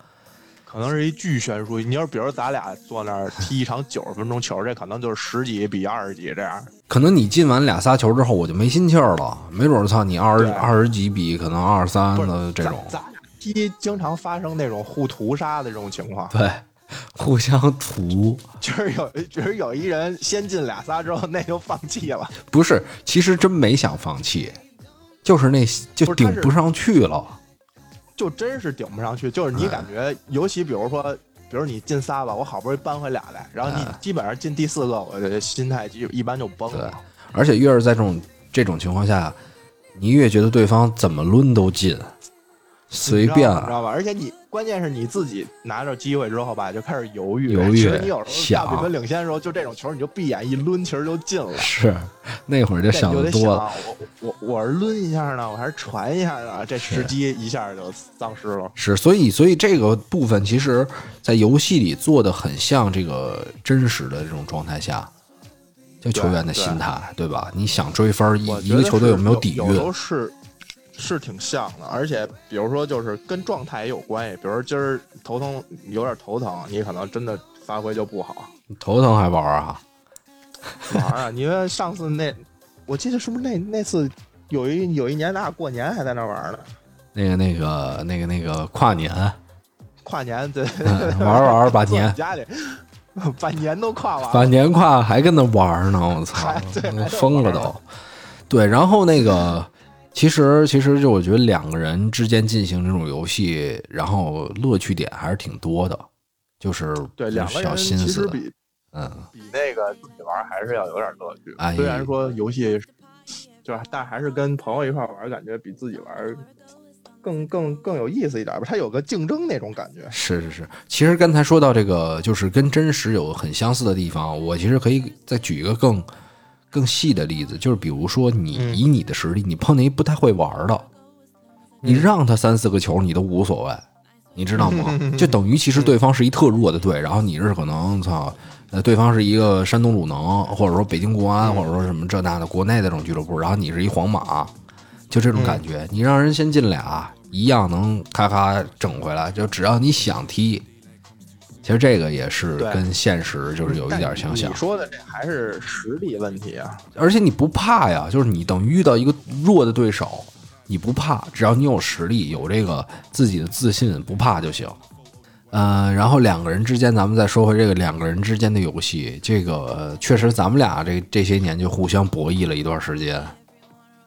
可能是一巨悬殊。你要是比如咱俩坐那儿踢一场九十分钟球，这可能就是十几比二十几这样。
可能你进完俩仨球之后，我就没心气儿了。没准儿，操你二十
对
二十几比，可能二十三
不是
的这种，
咱咱俩踢经常发生那种互屠杀的这种情况，
对， 互相屠。
就是有就是有一人先进俩仨之后，那就放弃了。
不是，其实真没想放弃，就是那就
不是
顶
他是
不上去了。
就真是顶不上去。就是你感觉，
哎
尤其比如说，比如你进仨吧，我好不容易扳回俩来，然后你基本上进第四个，我的心态就一般就崩
哎对
了。，
而且越是在这种这种情况下，你越觉得对方怎么抡都进，随便啊
你知道吧？而且你关键是你自己拿着机会之后吧，就开始犹豫。
犹豫
其实你有时候
想
大比分领先的时候，就这种球你就闭眼一抡，其实就进了。
是那会儿就
但
想
你就
的
得
多
想
了。
啊，我我我是抡一下呢，我还是传一下呢？这时机一下就丧失了。
是，所以所以这个部分其实，在游戏里做的很像这个真实的这种状态下，就球员的
对
心态，对吧？你想追分儿，一
我
一
觉
个
得
球队有
是
没有底蕴
有时候是是挺像的，而且比如说就是跟状态也有关系，比如说今儿头疼有点头疼，你可能真的发挥就不好。
头疼还玩儿啊？
玩儿啊，你说上次那，我记得是不是那那次有一有一年咱俩过年还在那玩儿呢，
那个那个那个那个跨年，
跨年对，
嗯玩儿玩儿把
坐
年
你家里把年都跨完
把
了，
年跨还跟那玩儿呢，我操
还，对还在
疯了
玩儿
都。对，然后那个，其实其实就我觉得两个人之间进行这种游戏，然后乐趣点还是挺多的，就是
对，两个
小
人
心
其实
思，
比
嗯。
比那个自己玩儿还是要有点乐趣。
哎
虽然说游戏就是，但还是跟朋友一块儿玩儿，感觉比自己玩儿更更更有意思一点儿吧。它有个竞争那种感觉。
是是是，其实刚才说到这个，就是跟真实有很相似的地方。我其实可以再举一个更更细的例子，就是比如说你、
嗯
以你的实力，你碰见一不太会玩的，你
嗯
让他三四个球你都无所谓，你知道 吗？就等于其实对方是一特弱的队，然后你是可能操，呃，对方是一个山东鲁能，或者说北京国安，或者说什么这那的国内的这种俱乐部，然后你是一皇马，就这种
嗯
感觉。你让人先进俩，一样能咔咔整回来，就只要你想踢。其实这个也是
对
跟现实就是有一点相像
你，说的这还是实力问题啊。
而且你不怕呀，就是你等于遇到一个弱的对手，你不怕，只要你有实力，有这个自己的自信，不怕就行。呃，然后两个人之间，咱们再说回这个两个人之间的游戏，这个、呃确实咱们俩这这些年就互相博弈了一段时间。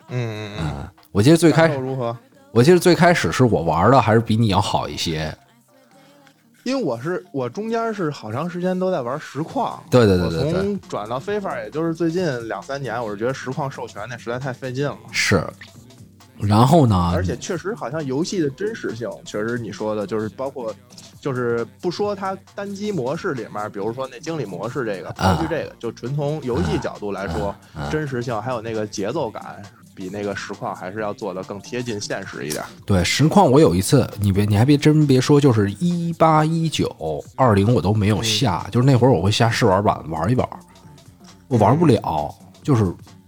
嗯嗯嗯，
我记得最开
感受
始，
如何？
我记得最开始是我玩的还是比你要好一些。
因为我是我中间是好长时间都在玩实况，
对对对对
我
对，
从转到非法，也就是最近两三年，我是觉得实况授权那实在太费劲了，
是。然后呢？
而且确实好像游戏的真实性，确实你说的就是包括，就是不说它单机模式里面，比如说那经理模式这个，
啊
抛去这个，就纯从游戏角度来说，
啊啊
真实性还有那个节奏感，比那个实况还是要做的更贴近现实一点。
对实况，我有一次，你别你还别真别说，就是一八一九二零我都没
嗯
有下，就是那会儿我会下试玩版玩一玩，我玩
嗯
不了，就是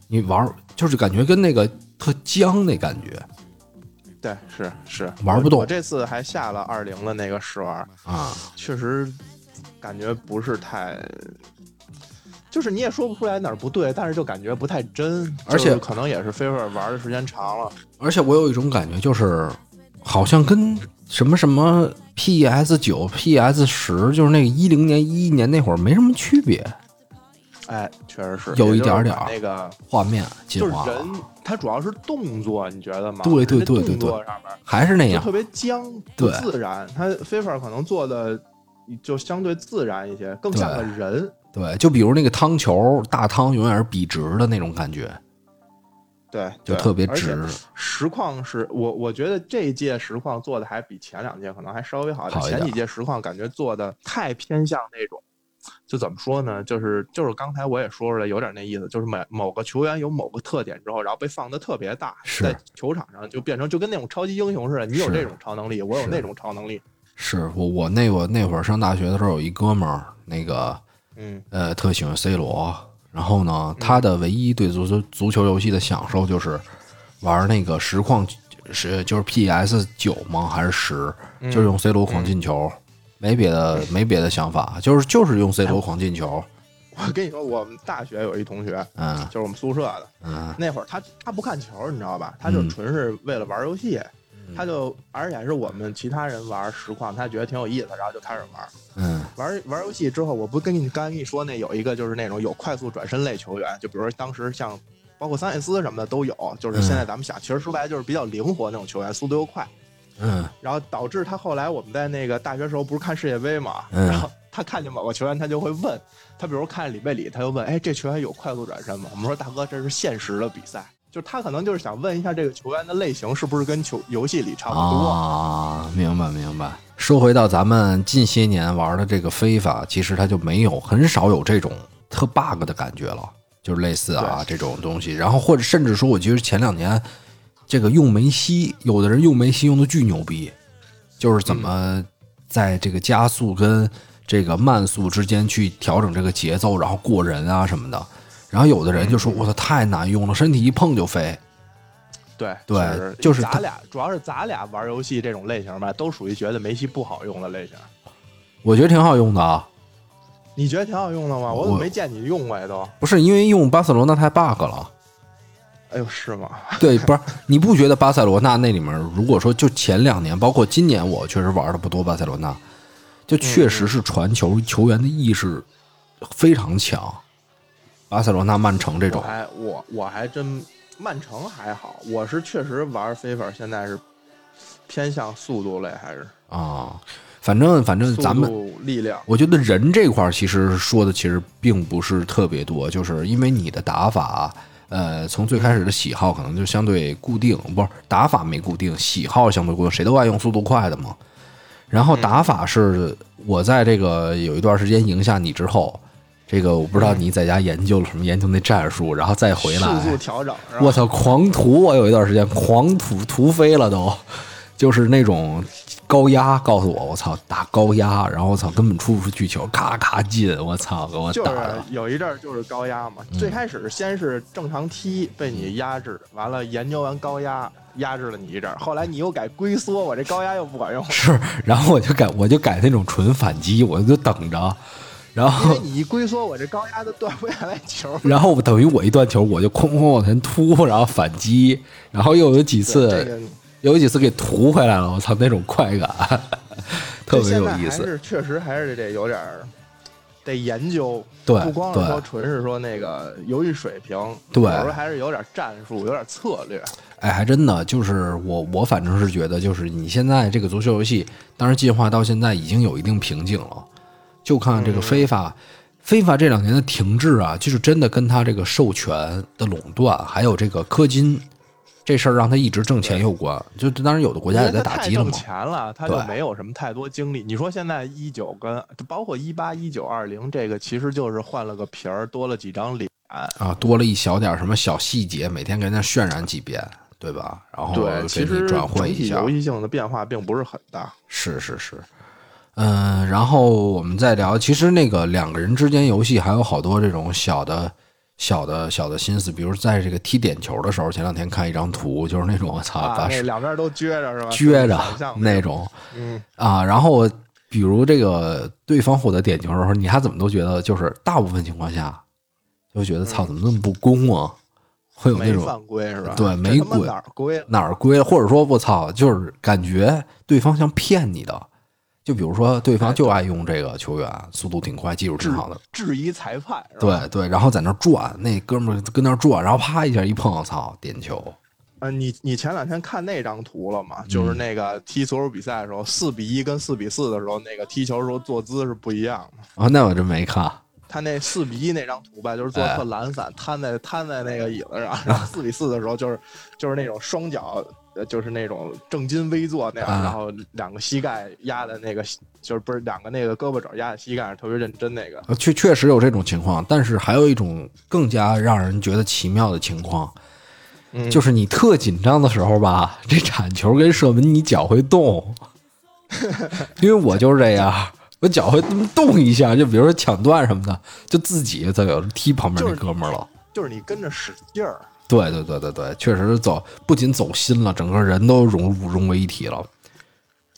你玩就是感觉跟那个特僵那感觉
对，是是，
玩不动
我这次还下了二零的那个试玩，
啊，
确实感觉不是太，就是你也说不出来哪儿不对，但是就感觉不太真，
而且
就是可能也是飞 i 玩的时间长了，
而且我有一种感觉，就是好像跟什么什么 PS 九、PS 十，就是那个一零年、一一年那会儿没什么区别，
哎，确实是
有一
也就是
点儿点儿
把那个
画面进
就是
化了
人，他主要是动作，你觉得吗？
对对
他那
对对
动作上面
还是那
就
样
特别僵，
对
不自然。他 FIFA 可能做的就相对自然一些，更像个人。
对，就比如那个汤球，大汤永远是笔直的那种感觉，
对，
就
对
特别。
而
直
且。实况是我我觉得这一届实况做的还比前两届可能还稍微好一点，
好一点
前几届实况感觉做的太偏向那种。就怎么说呢？就是就是刚才我也说出来，有点那意思，就是某某个球员有某个特点之后，然后被放的特别大，
是
在球场上就变成就跟那种超级英雄似的，你有
是
这种超能力，我有
是
那种超能力，
是我我那我那会儿上大学的时候，有一哥们儿，那个
嗯，
呃特喜欢 C 罗，然后呢，他的唯一对足球足球游戏的享受就是玩那个实况是就是 PS 九吗？还是十？
嗯
就是用 C 罗狂进球，没别的没别的想法，就是就是用 C 罗狂进球。
我跟你说，我们大学有一同学，
嗯
就是我们宿舍的，
嗯
那会儿他他不看球，你知道吧？他就
嗯
纯是为了玩游戏，他就而且还是我们其他人玩实况，他觉得挺有意思，然后就开始玩。
嗯
玩玩游戏之后，我不跟你刚才跟你说那有一个就是那种有快速转身类球员，就比如说当时像包括桑切斯什么的都有，就是
嗯
现在咱们想，其实说白了就是比较灵活那种球员，速度又快。
嗯
然后导致他后来我们在那个大学时候不是看世界杯嘛，
嗯
然后他看见某个球员，他就会问，他比如看里贝里，他就问，哎，这球员有快速转身吗？我们说大哥，这是现实的比赛，就是他可能就是想问一下这个球员的类型是不是跟球游戏里差不多。
啊，明白明白。说回到咱们近些年玩的这个非法，其实它就没有很少有这种特 bug 的感觉了，就是类似啊这种东西。然后或者甚至说，我觉得前两年这个用梅西，有的人用梅西用的巨牛逼，就是怎
嗯
么在这个加速跟这个慢速之间去调整这个节奏，然后过人啊什么的。然后有的人就
嗯
说：“我操，太难用了，身体一碰就飞。
对
对
是
就是他
咱俩主要是咱俩玩游戏这种类型吧，都属于觉得梅西不好用的类型。”
我觉得挺好用的啊，
你觉得挺好用的吗？我怎
我
么没见你用过呀都？
不是因为用巴塞罗那太 bug 了。
哎呦，是吗？
对，不是你不觉得巴塞罗那那里面，如果说就前两年，包括今年，我确实玩的不多，巴塞罗那就确实是传球球员的意识非常强。巴塞罗那、曼城这
我
种，
还我我还真曼城还好，我是确实玩 FIFA 现在是偏向速度类还是
啊，反正反正
速
嗯咱们，
度力量？
我觉得人这块儿其实说的其实并不是特别多，就是因为你的打法，呃，从最开始的喜好可能就相对固定，不是打法没固定，喜好相对固定，谁都爱用速度快的嘛。然
嗯
后打法是我在这个有一段时间赢下你之后，这个我不知道你在家研究了什么，研究那战术，然后再回来，
嗯速度调整，然后
我操，狂屠！我有一段时间狂屠屠飞了都，就是那种高压，告诉我，我操，打高压，然后我操，根本出不出去球，咔咔进，我操，给我
就
打嗯
是
的，
有一阵儿就是高压嘛。最开始先是正常踢被你压制，完了研究完高压压制了你一阵儿，后来你又改龟 缩，我这高压又不管用。
是，然后我就改，我就改那种纯反击，我就等着。然
因
后
为你一龟缩，我这高压都断不下来球。
然后等于我一断球，我就哐哐往前突，然后反击，然后又有几次、
对这个
有几次给突回来了，我操，那种快感 特别有意
这现在还
思。
是确实还是得有点儿得研究，
对
不光是
对
说纯是说那个游戏水平，
对
有时候还是有点战术，有点策略。
哎，还真的就是我，我反正是觉得，就是你现在这个足球游戏，当然进化到现在已经有一定瓶颈了，就看
嗯
这个非法。非法这两年的停滞啊，就是真的跟他这个授权的垄断，还有这个氪金这事儿，让他一直挣钱有关。就当然，有的国家也
因为
在
他
打
太
击了
挣
嘛。
钱了，他就
对
没有什么太多精力。你说现在一九跟就包括一八、一九、二零，这个其实就是换了个皮儿，多了几张脸。
啊，多了一小点儿什么小细节，每天给人家渲染几遍，对吧？然后
对，
哦给
其实
你转换
整
一
体
下
游，戏性的变化并不是很大。
是是是，嗯、然后我们再聊，其实那个两个人之间游戏还有好多这种小的。小的小的心思，比如在这个踢点球的时候，前两天看一张图，就是那种我操，
啊，
把
那
手
两边都撅着是吧？
撅着
想象
那种
嗯，
啊。然后比如这个对方获得点球的时候，你还怎么都觉得就是大部分情况下，就觉得操，怎么那么不公啊？会有那
嗯没
种
犯规是吧？
对
这
没
他妈
规
哪儿规了？
哪儿归了，或者说我操，就是感觉对方像骗你的。就比如说，对方就爱用这个球员，速度挺快，技术挺好的，
质疑裁判是吧？
对对，然后在那儿转，那哥们儿跟那儿转，然后啪一下一碰，操，点球，
嗯，你你前两天看那张图了吗？
嗯
就是那个踢足球比赛的时候，四比一跟四比四的时候，那个踢球的时候坐姿是不一样的。
啊，那我真没看，
他那四比一那张图吧，就是坐
哎
特懒散，瘫在瘫在那个椅子上。然后四比四的时候，就是就是那种双脚，呃就是那种正襟危坐那样，
啊
然后两个膝盖压在那个，就是不是两个那个胳膊肘压在膝盖上，特别认真那个。
呃确确实有这种情况，但是还有一种更加让人觉得奇妙的情况，
嗯
就是你特紧张的时候吧，这铲球跟射门你脚会动，因为我就是这样，我脚会那么动一下，就比如说抢断什么的，就自己再有踢旁边那哥们儿了。
就是你跟着使劲儿，
对对对对对，确实是走，不仅走心了，整个人都融入融为一体了。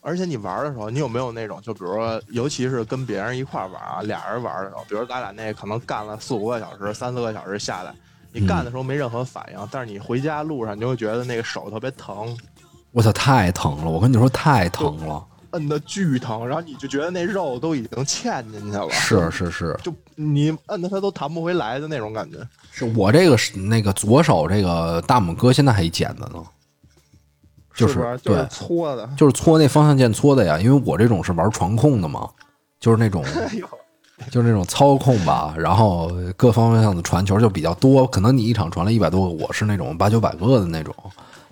而且你玩儿的时候，你有没有那种，就比如说，尤其是跟别人一块儿玩儿啊，俩人玩儿的时候，比如咱俩那可能干了四五个小时、三四个小时下来，你干的时候没任何反应，但是你回家路上你就会觉得那个手特别疼，
我操，太疼了！我跟你说，太疼了。
摁的巨疼，然后你就觉得那肉都已经嵌进去了，
是是是，
就你摁的它都弹不回来的那种感觉。
是我这个是那个左手这个大拇哥现在还茧子呢，就是
不是就是
对
搓 的，
就是搓那方向键搓的呀，因为我这种是玩传控的嘛，就是那种
哎呦，
就是那种操控吧，然后各方面上的传球就比较多，可能你一场传了一百多个，我是那种八九百个的那种，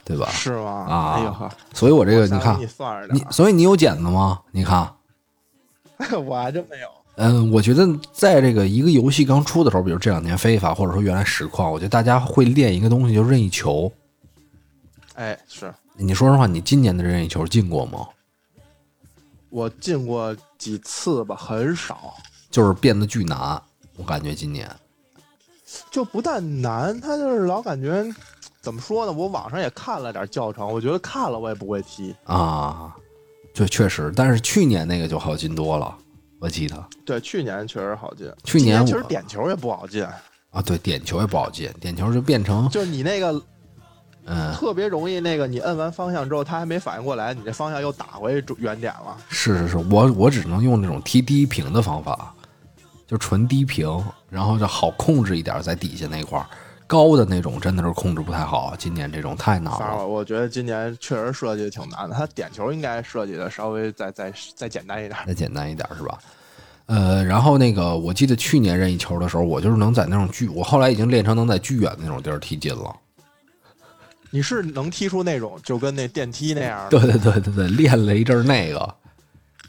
对吧？
是吗？
啊
哎呦呵，
所以我这个你
想
看
给你，算着
你
点
所以你有剪子吗？你看，
儿， 我还真没有。
嗯，我觉得在这个一个游戏刚出的时候，比如这两年非法或者说原来实况，我觉得大家会练一个东西，就是任意球。
哎，是
你说实话，你今年的任意球进过吗？
我进过几次吧，很少。
就是变得巨难，我感觉今年。
就不但难，他就是老感觉怎么说呢？我网上也看了点教程，我觉得看了我也不会踢。
啊，这确实，但是去年那个就好进多了，我记得
对，去年确实好进，
去
今
年
年
我
其实点球也不好进，
啊，对，点球也不好进，点球就变成
就是你那个
嗯，
特别容易那个，你摁完方向之后，他还没反应过来，你这方向又打回主原点了。
是是是，我我只能用那种踢低平的方法，就纯低平，然后就好控制一点，在底下那块儿高的那种真的是控制不太好，今年这种太难
反正
了。
我我觉得今年确实设计的挺难的，他点球应该设计的稍微再再再简单一点。
再简单一点是吧？呃，然后那个，我记得去年任意球的时候，我就是能在那种巨，我后来已经练成能在巨远的那种地儿踢进了。
你是能踢出那种就跟那电梯那样的
对对对对对，练了一阵儿那个，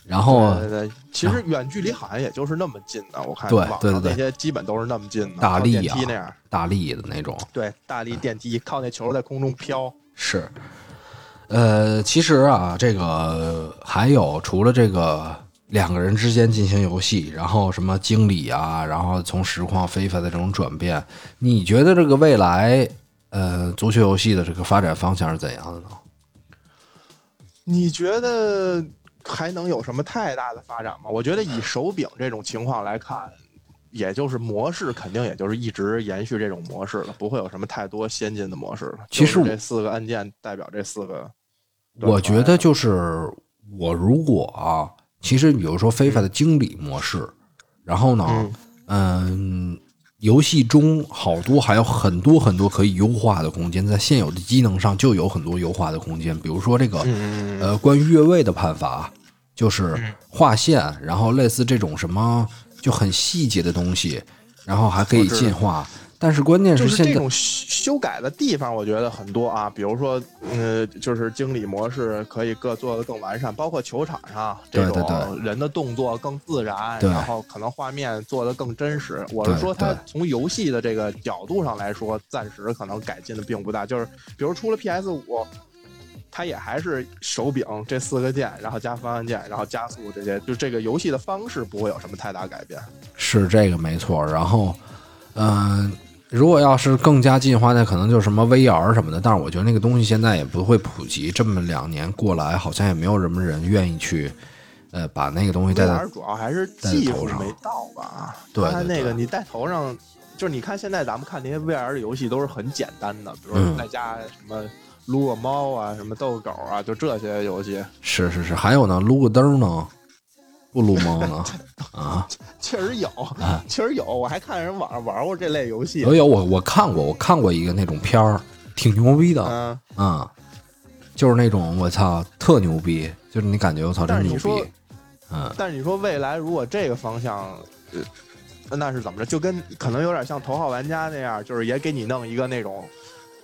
然后
对对对，其实远距离好像也就是那么近的，我看
啊对
网
对
上
对
那些基本都是那么近的，
大
靠
力嗯
电
啊
梯那样，
大力的那种
对，大力电梯靠那球在空中飘，
是。呃，其实啊，这个还有除了这个两个人之间进行游戏，然后什么经理啊，然后从实况非法的这种转变，你觉得这个未来呃足球游戏的这个发展方向是怎样的呢？
你觉得还能有什么太大的发展吗？我觉得以手柄这种情况来看，也就是模式肯定也就是一直延续这种模式了，不会有什么太多先进的模式了。
其实
就是
我
这四个按键代表这四个，
我觉得就是我如果啊，其实比如说非法的经理模式，然后呢，嗯，游戏中好多还有很多很多可以优化的空间，在现有的机能上就有很多优化的空间，比如说这个
嗯
呃关于越位的判罚，就是划线，然后类似这种什么就很细节的东西，然后还可以进化。但是关键
就是是
现
这
在
种修修改的地方，我觉得很多啊，比如说，呃，就是经理模式可以各做的更完善，包括球场上这
对对
种人的动作更自然，
对
然后可能画面做的更真实。我是
对
说，
对
它从游戏的这个角度上来说，暂时可能改进的并不大。就是比如出了 PS 五，它也还是手柄这四个键，然后加方向键，然后加速这些，就这个游戏的方式不会有什么太大改变。
是这个没错。然后，嗯、如果要是更加进化，那可能就是什么 VR 什么的。但是我觉得那个东西现在也不会普及。这么两年过来，好像也没有什么人愿意去，呃，把那个东西带到
VR 主啊要还是
戴在
技
头
术
上
没到吧？啊
对
它
对
那
对
个你戴头上，就是你看现在咱们看那些 VR 的游戏都是很简单的，比如说
嗯
在家什么撸个猫啊，什么逗个狗啊，就这些游戏，
是是是，还有呢，撸个灯呢，不撸猫 呢啊？
确实有， 确实有，我还看人网上玩过这类游戏
有，有，我我看过，我看过一个那种片儿，挺牛逼的
嗯，
啊、就是那种我操特牛逼，就是你感觉我操
但
真
是
牛
你
逼
说，
嗯。
但是你说未来如果这个方向，呃，那是怎么着？就跟可能有点像头号玩家那样，就是也给你弄一个那种，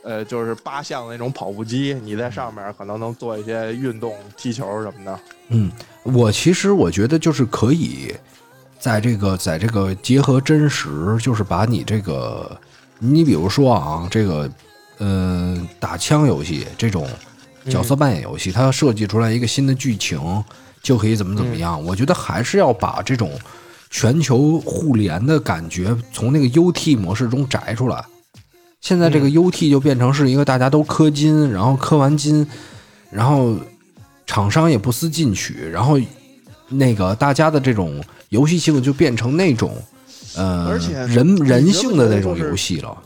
呃，就是八项的那种跑步机，你在上面可能能做一些运动、踢球什么的。
嗯，我其实我觉得就是可以在这个在这个结合真实，就是把你这个，你比如说啊，这个呃打枪游戏这种角色扮演游戏，它设计出来一个新的剧情，就可以怎么怎么
嗯
样。我觉得还是要把这种全球互联的感觉从那个 UT 模式中摘出来。现在这
嗯
个 UT 就变成是一个大家都氪金，然后氪完金，然后厂商也不思进取，然后那个大家的这种游戏性就变成那种呃，
而且
人
你
人
觉
性
不
的
觉得
那种
就是
游戏了。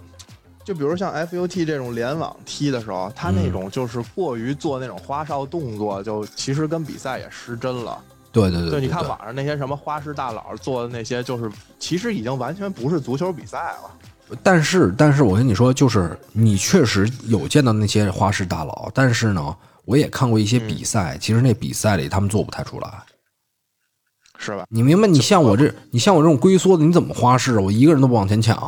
就比如像 FUT 这种联网踢的时候，他那
嗯
种就是过于做那种花哨动作，就其实跟比赛也失真了。
对对对
就
对
你看
对
网上那些什么花式大佬做的那些，就是其实已经完全不是足球比赛了。
但是，但是我跟你说，就是你确实有见到那些花式大佬，但是呢，我也看过一些比赛，其实那比赛里他们做不太出来。
是吧？
你明白？你像我这，你像我这种龟缩的，你怎么花式啊？我一个人都不往前抢。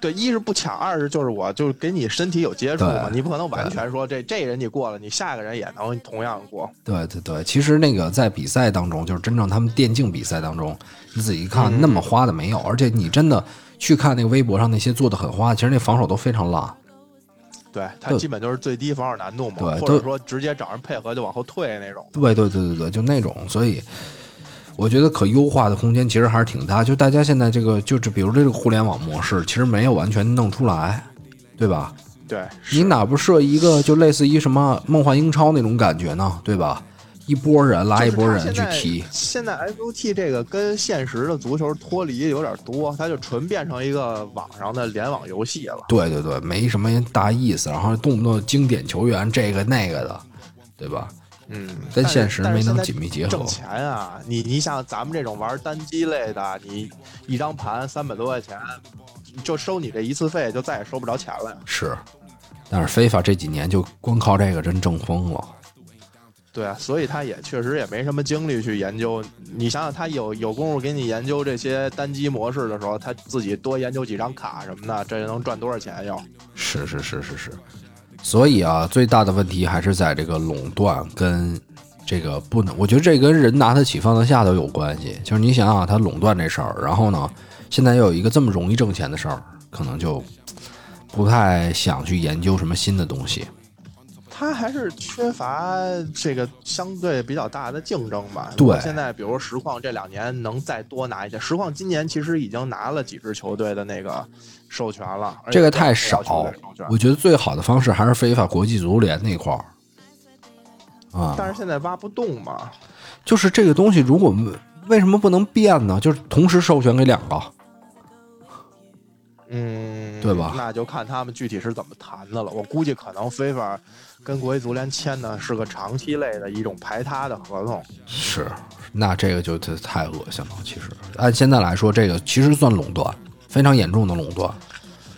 对，一是不抢，二是就是我就是给你身体有接触嘛，
对
你不可能完全说这这人你过了，你下个人也能同样过。
对对对，其实那个在比赛当中，就是真正他们电竞比赛当中，你仔细看，那么花的没有，而且你真的去看那个微博上那些做的很花，其实那防守都非常烂。
对他
对
基本就是最低防守难度嘛，
对
或
都
者说直接找人配合就往后退那种。
对对对对对，就那种，所以我觉得可优化的空间其实还是挺大。就大家现在这个，就是比如这个互联网模式，其实没有完全弄出来，对吧？
对，
你哪不设一个就类似于什么梦幻英超那种感觉呢？对吧？一波人拉一波人去踢，
现在 FUT 这个跟现实的足球脱离有点多，它就纯变成一个网上的联网游戏了。
对对对，没什么大意思，然后动不动经典球员这个那个的，对吧？
嗯，
跟
但是
现实
但是
没能
现在
紧密结合
挣钱啊，你你像咱们这种玩单机类的，你一张盘三百多块钱，就收你这一次费，就再也收不着钱了。
是。但是非法这几年就光靠这个真挣疯了。
对啊，所以他也确实也没什么精力去研究。你想想，他有有功夫给你研究这些单机模式的时候，他自己多研究几张卡什么的，这能赚多少钱要？
是是是是是，所以啊，最大的问题还是在这个垄断跟这个不能，我觉得这跟人拿得起放得下都有关系。就是你想想、他垄断这事儿，然后呢，现在又有一个这么容易挣钱的事儿，可能就不太想去研究什么新的东西。
他还是缺乏这个相对比较大的竞争吧。
对
如果现在比如实况这两年能再多拿一些，实况今年其实已经拿了几支球队的那个授权了，而且
这个太
不少球
少
队授权，
我觉得最好的方式还是非法国际足联那块儿。啊，
但是现在挖不动嘛，
就是这个东西，如果为什么不能变呢？就是同时授权给两个，
嗯，
对吧
那就看他们具体是怎么谈的了。我估计可能非法跟国际足联签的是个长期类的一种排他的合同，
是，那这个就太太恶心了。其实按现在来说，这个其实算垄断，非常严重的垄断。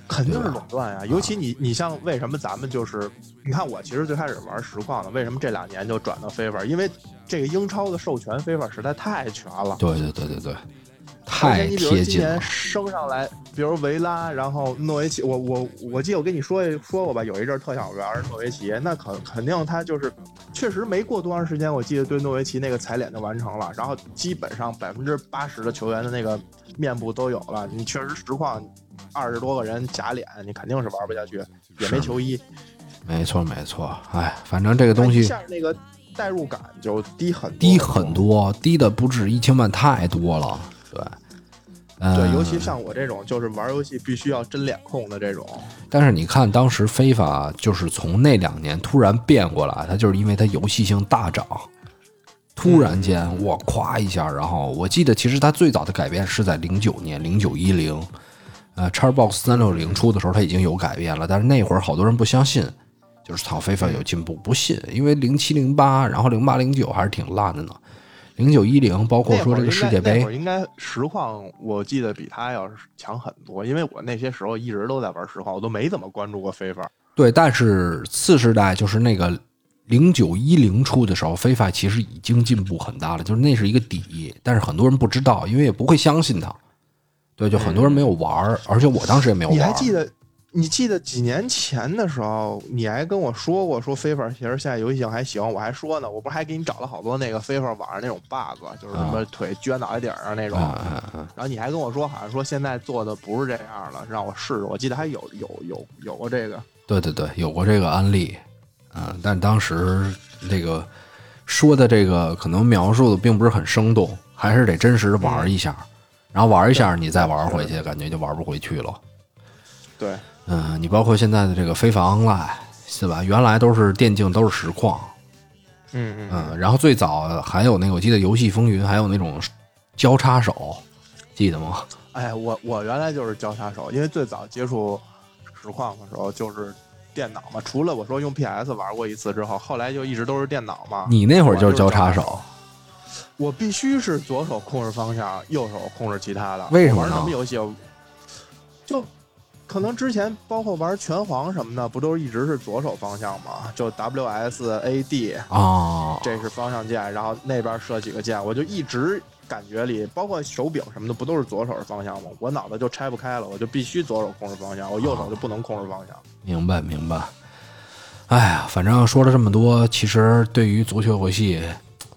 肯定是垄断呀。尤其你你像为什么咱们就是，你看我其实最开始玩实况的，为什么这两年就转到非法？因为这个英超的授权非法实在太全了。
对对对对对，
而且
太
你比如
贴
今
近
年
了。
升上来，比如维拉，然后诺维奇，我我我记得我跟你说一说过吧，有一阵儿特想玩诺维奇，那肯肯定他就是确实没过多长时间，我记得对诺维奇那个踩脸就完成了，然后基本上百分之八十的球员的那个面部都有了，你确实实况二十多个人假脸，你肯定是玩不下去，也没
是
球衣，
没错没错，哎，反正这个东
一
西
下那个代入感就低很多
低很，多，低的不止一千万，太多了。对，嗯、
对，尤其像我这种就是玩游戏必须要真脸控的这种。
但是你看，当时非法就是从那两年突然变过来，它就是因为它游戏性大涨，突然间
嗯
我咵一下，然后我记得其实它最早的改变是在零九年、零九一零，呃，Xbox 三六零出的时候它已经有改变了，但是那会儿好多人不相信，就是操非法有进步，不信，因为零七零八，然后零八零九还是挺烂的呢，零九一零，包括
那会
说
儿
这
应
个世
该
界
那
杯
会儿，应该实况，我记得比他要是强很多，因为我那些时候一直都在玩实况，我都没怎么关注过非法。
对，但是次世代就是那个零九一零出的时候，非法其实已经进步很大了，就是那是一个底，但是很多人不知道，因为也不会相信它。对，就很多人没有玩儿，而且我当时也没有玩
你
儿。
还记得？你记得几年前的时候，你还跟我说过，说非法其实现在游戏性还行，我还说呢，我不是还给你找了好多那个非法网上那种 bug，就是什么腿撅脑袋顶上那种，
啊？嗯嗯
然后你还跟我说，好像说现在做的不是这样了，让我试试。我记得还有有有有过这个，
对对对，有过这个案例，嗯，但当时这个说的这个可能描述的并不是很生动，还是得真实玩儿一下，然后玩儿一下你再玩儿回去，感觉就玩儿不回去了。
对，
嗯，你包括现在的这个非法 online 是吧？原来都是电竞，都是实况，
嗯嗯，
嗯，然后最早还有那个，我记得游戏风云还有那种交叉手，记得吗？
哎，我我原来就是交叉手，因为最早接触实况的时候就是电脑嘛，除了我说用 PS 玩过一次之后，后来就一直都是电脑嘛。
你那会儿
就是
交叉
啊我就是交
手，
我必须是左手控制方向，右手控制其他的。
为什么
我玩
呢
什么游戏？我就可能之前包括玩拳皇什么的，不都是一直是左手方向嘛？就 WSAD
啊，
这是方向键，然后那边设几个键，我就一直感觉里，包括手柄什么的，不都是左手是方向吗？我脑子就拆不开了，我就必须左手控制方向，我右手就不能控制方向。
明白明白。哎呀，反正说了这么多，其实对于足球游戏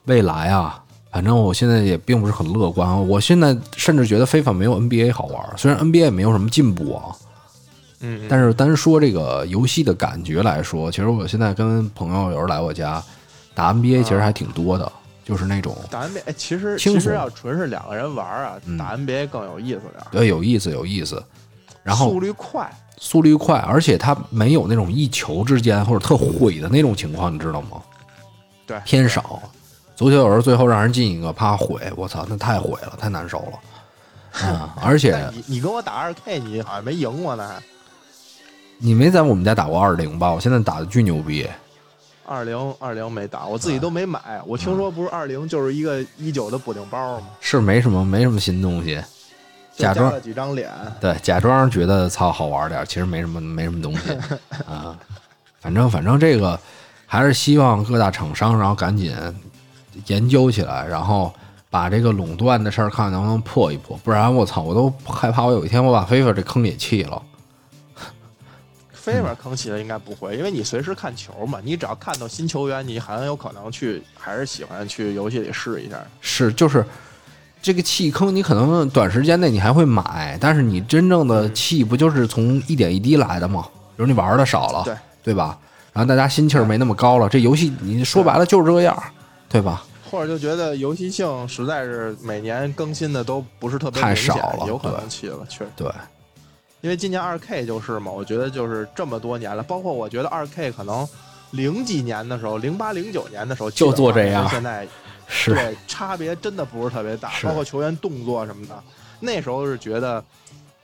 未来啊，反正我现在也并不是很乐观啊。我现在甚至觉得非法没有 NBA 好玩儿，虽然 NBA 也没有什么进步啊，
嗯，
但是单说这个游戏的感觉来说，其实我现在跟朋友有时候来我家打 NBA，其实还挺多的，就是那种
啊打 NBA 哎其实
轻松
其
嗯
实要纯是两个人玩啊，打 NBA 更有意思点儿，
呃有意思有意思，然后
速率快。
速率快，而且它没有那种一球之间或者特毁的那种情况，你知道吗？
对，
偏少。足球有时候最后让人进一个，啪毁，我操，那太毁了，太难受了。啊、 而且
但你你跟我打二 K，你好像没赢我呢，
你没在我们家打过二零吧？我现在打的巨牛逼，
二零二零没打，我自己都没买。我
嗯
听说不是二零就是一个一九的补丁包吗？
是没什么没什么新东西，
就
假
加
装
了几张脸，
对，假装觉得操好玩点儿，其实没什么没什么东西啊。反正反正这个还是希望各大厂商，然后赶紧研究起来，然后把这个垄断的事儿看能不能破一破，不然我操，我都害怕我有一天我把非法这坑也弃了。嗯
飞尔坑起来应该不会，因为你随时看球嘛，你只要看到新球员，你很有可能去，还是喜欢去游戏里试一下。
是，就是这个弃坑，你可能短时间内你还会买，但是你真正的弃不就是从一点一滴来的吗？比如你玩的少了，
对
吧？然后大家心气儿没那么高了，这游戏你说白了就是这样，对吧？
或者就觉得游戏性实在是每年更新的都不是特别
太
明显
少了
有可
对
能弃了，确实。
对，
因为今年二 K 就是嘛，我觉得就是这么多年了，包括我觉得二 K 可能零几年的时候，零八零九年的时候
就做这样
基本上跟现在
是
对差别真的不是特别大，
是
包括球员动作什么的，那时候是觉得。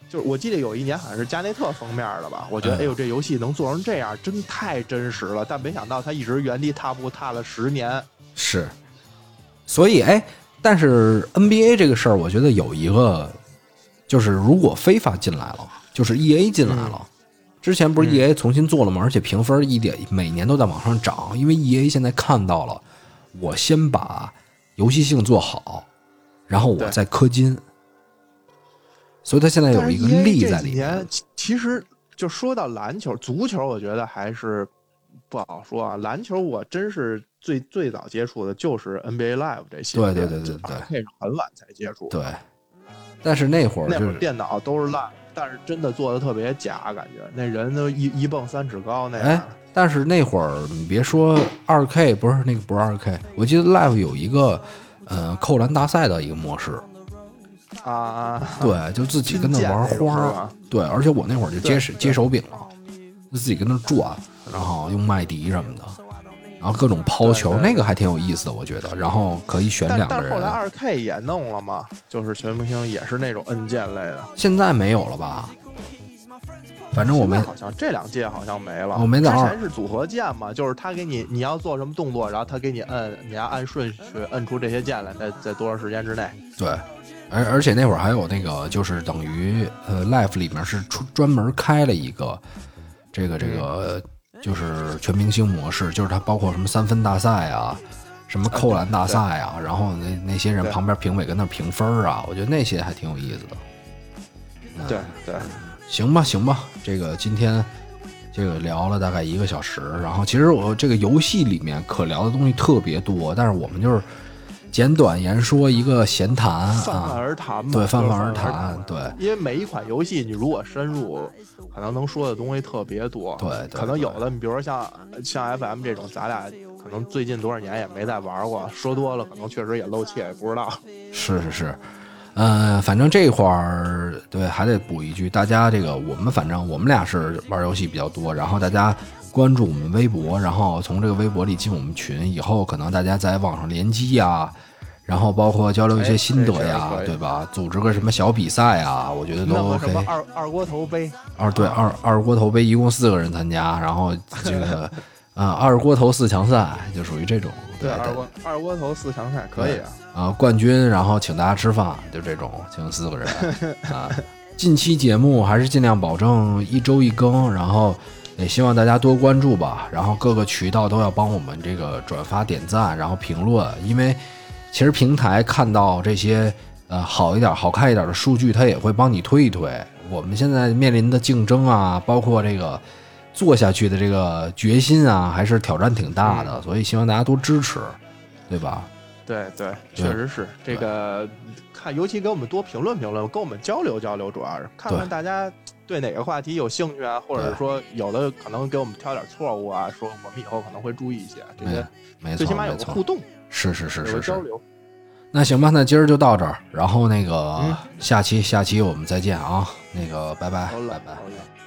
就是我记得有一年好像是加内特封面的吧，我觉得
嗯
哎呦这游戏能做成这样，真太真实了。但没想到他一直原地踏步踏了十年，
是，所以哎，但是 NBA 这个事儿，我觉得有一个，就是如果非法进来了，就是 EA 进来了。
嗯
之前不是 EA 重新做了吗？而且评分一点每年都在往上涨，因为 EA 现在看到了，我先把游戏性做好，然后我
对
再氪金，所以他现在有
但是
一个
EA
力
这
在
几
里面
年。其其实就说到篮球、足球，我觉得还是不好说啊。篮球我真是最最早接触的就是 NBA Live 这些，啊
对对对对对
那是很晚才接触。
对，但是那会儿
那会
就
儿
是
电脑都是烂，但是真的做的特别假，感觉那人都一一蹦三尺高那
哎
样。，
但是那会儿你别说二 K，不是那个不是二 K，我记得 Live 有一个呃扣篮大赛的一个模式，
啊，
对，就自己跟那
拼剑
玩
那种
花
是
儿
吧，
对，而且我那会儿就接
对
手接手柄了，就自己跟那转，然后用麦迪什么的，然后各种抛球，那个还挺有意思的，我觉得，然后可以选
但
两个
但后来
人，啊
二 K 也弄了嘛，就是全明星也是那种按键类的。
现在没有了吧？反正我
现
们
在好像这两届好像没了。
哦没
之
打
前是组合键嘛，就是他给你你要做什么动作，然后他给你摁，你要按顺序摁出这些键来，在在多长时间之内。
对，而而且那会儿还有那个，就是等于呃，Life 里面是出专门开了一个这个这个就是全明星模式，就是它包括什么三分大赛啊，什么扣篮大赛啊，然后那那些人
对
旁边评委跟那儿评分儿啊，我觉得那些还挺有意思的。嗯
对对，
啊行吧，行吧，这个今天这个聊了大概一个小时，然后其实我这个游戏里面可聊的东西特别多，但是我们就是简短言说一个闲谈啊，
泛泛而谈嘛，
对，泛泛而
而
谈，。对
因为每一款游戏，你如果深入，可能能说的东西特别多。
对对
可能有的，你比如说像像 FM 这种，咱俩可能最近多少年也没再玩过，说多了可能确实也露怯，也不知道。
是是是，呃，反正这会儿对还得补一句，大家这个我们反正我们俩是玩游戏比较多，然后大家关注我们微博，然后从这个微博里进我们群，以后可能大家在网上联机呀、然后包括交流一些
哎
心得
这事儿
呀，
可以
对吧？组织个什么小比赛啊，我觉得都
弄个
OK
什。么二二锅头杯，
二对二二锅头杯一共四个人参加，然后这 个呃二锅头四强赛就属于这种，对
二锅二锅头四强赛可以啊。
啊，冠军，然后请大家吃饭，就这种，请四个人啊。 近期节目还是尽量保证一周一更，然后也希望大家多关注吧。然后各个渠道都要帮我们这个转发、点赞，然后评论，因为其实平台看到这些呃好一点、好看一点的数据，它也会帮你推一推。我们现在面临的竞争啊，包括这个做下去的这个决心啊，还是挑战挺大的，所以希望大家多支持，对吧？
对对，确实是这个看，尤其给我们多评论评论，跟我们交流交流，主要是看看
对
大家对哪个话题有兴趣啊，或者
对
是说有的可能给我们挑点错误啊，说我们以后可能会注意一些这些，
哎没错，
最起码有
没
个
错
互动，
是是是
有
是
个交
是。
流。
那行吧，那今儿就到这儿，然后那个、
嗯
下期下期我们再见啊，那个拜拜
好了
拜，拜
好。了。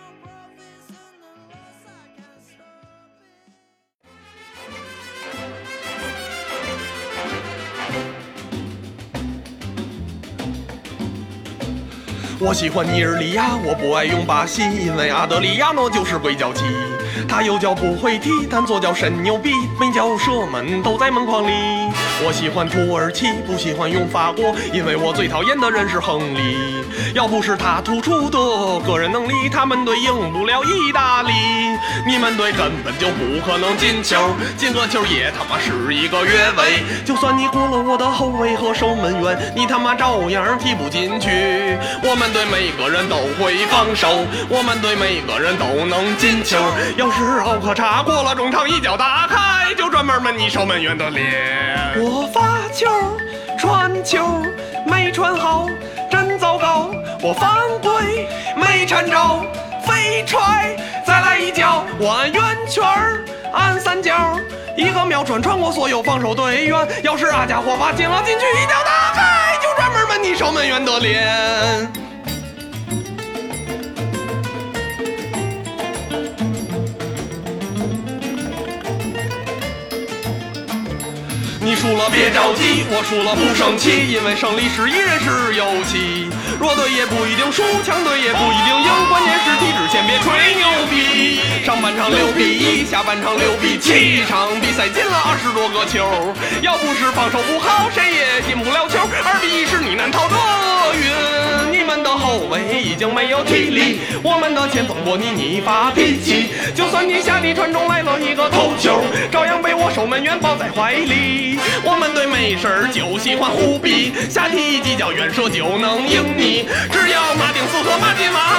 我喜欢尼日利亚，我不爱用巴西，因为阿德里亚诺就是鬼脚七，他右脚不会踢，但左脚神牛逼，每脚射门都在门框里。我喜欢土耳其，不喜欢用法国，因为我最讨厌的人是亨利。要不是他突出的个人能力，他们队赢不了意大利。你们队根本就不可能进球，进个球也他妈是一个越位。就算你过了我的后卫和守门员，你他妈照样踢不进去。我们队每个人都会防守，我们队每个人都能进球。要是奥克查过了中场一脚打开，就专门闷你守门员的脸。我发球，传球没传好，真糟糕。我犯规没缠着，飞踹再来一脚，我按圆圈儿，按三角。一个秒传穿过所有防守队员，要是阿加霍娃进了禁区一脚打开，就专门闷你守门员的脸。输了别着急，我输了不生气，因为胜利是一人是游戏。弱队也不一定输，强队也不一定赢，关键是体质先别吹牛逼。上半场六比一，下半场六比七，一场比赛进了二十多个球，要不是防守不好，谁也进不了球。二比一是你难逃的运。你们的后卫已经没有体力，我们的前锋波尼尼发脾气。就算你下底传中来了一个头球，照样被我守门员抱在怀里。我们队没事儿就喜欢胡逼，下踢一记脚远射就能赢你，只要马丁斯和马蒂娃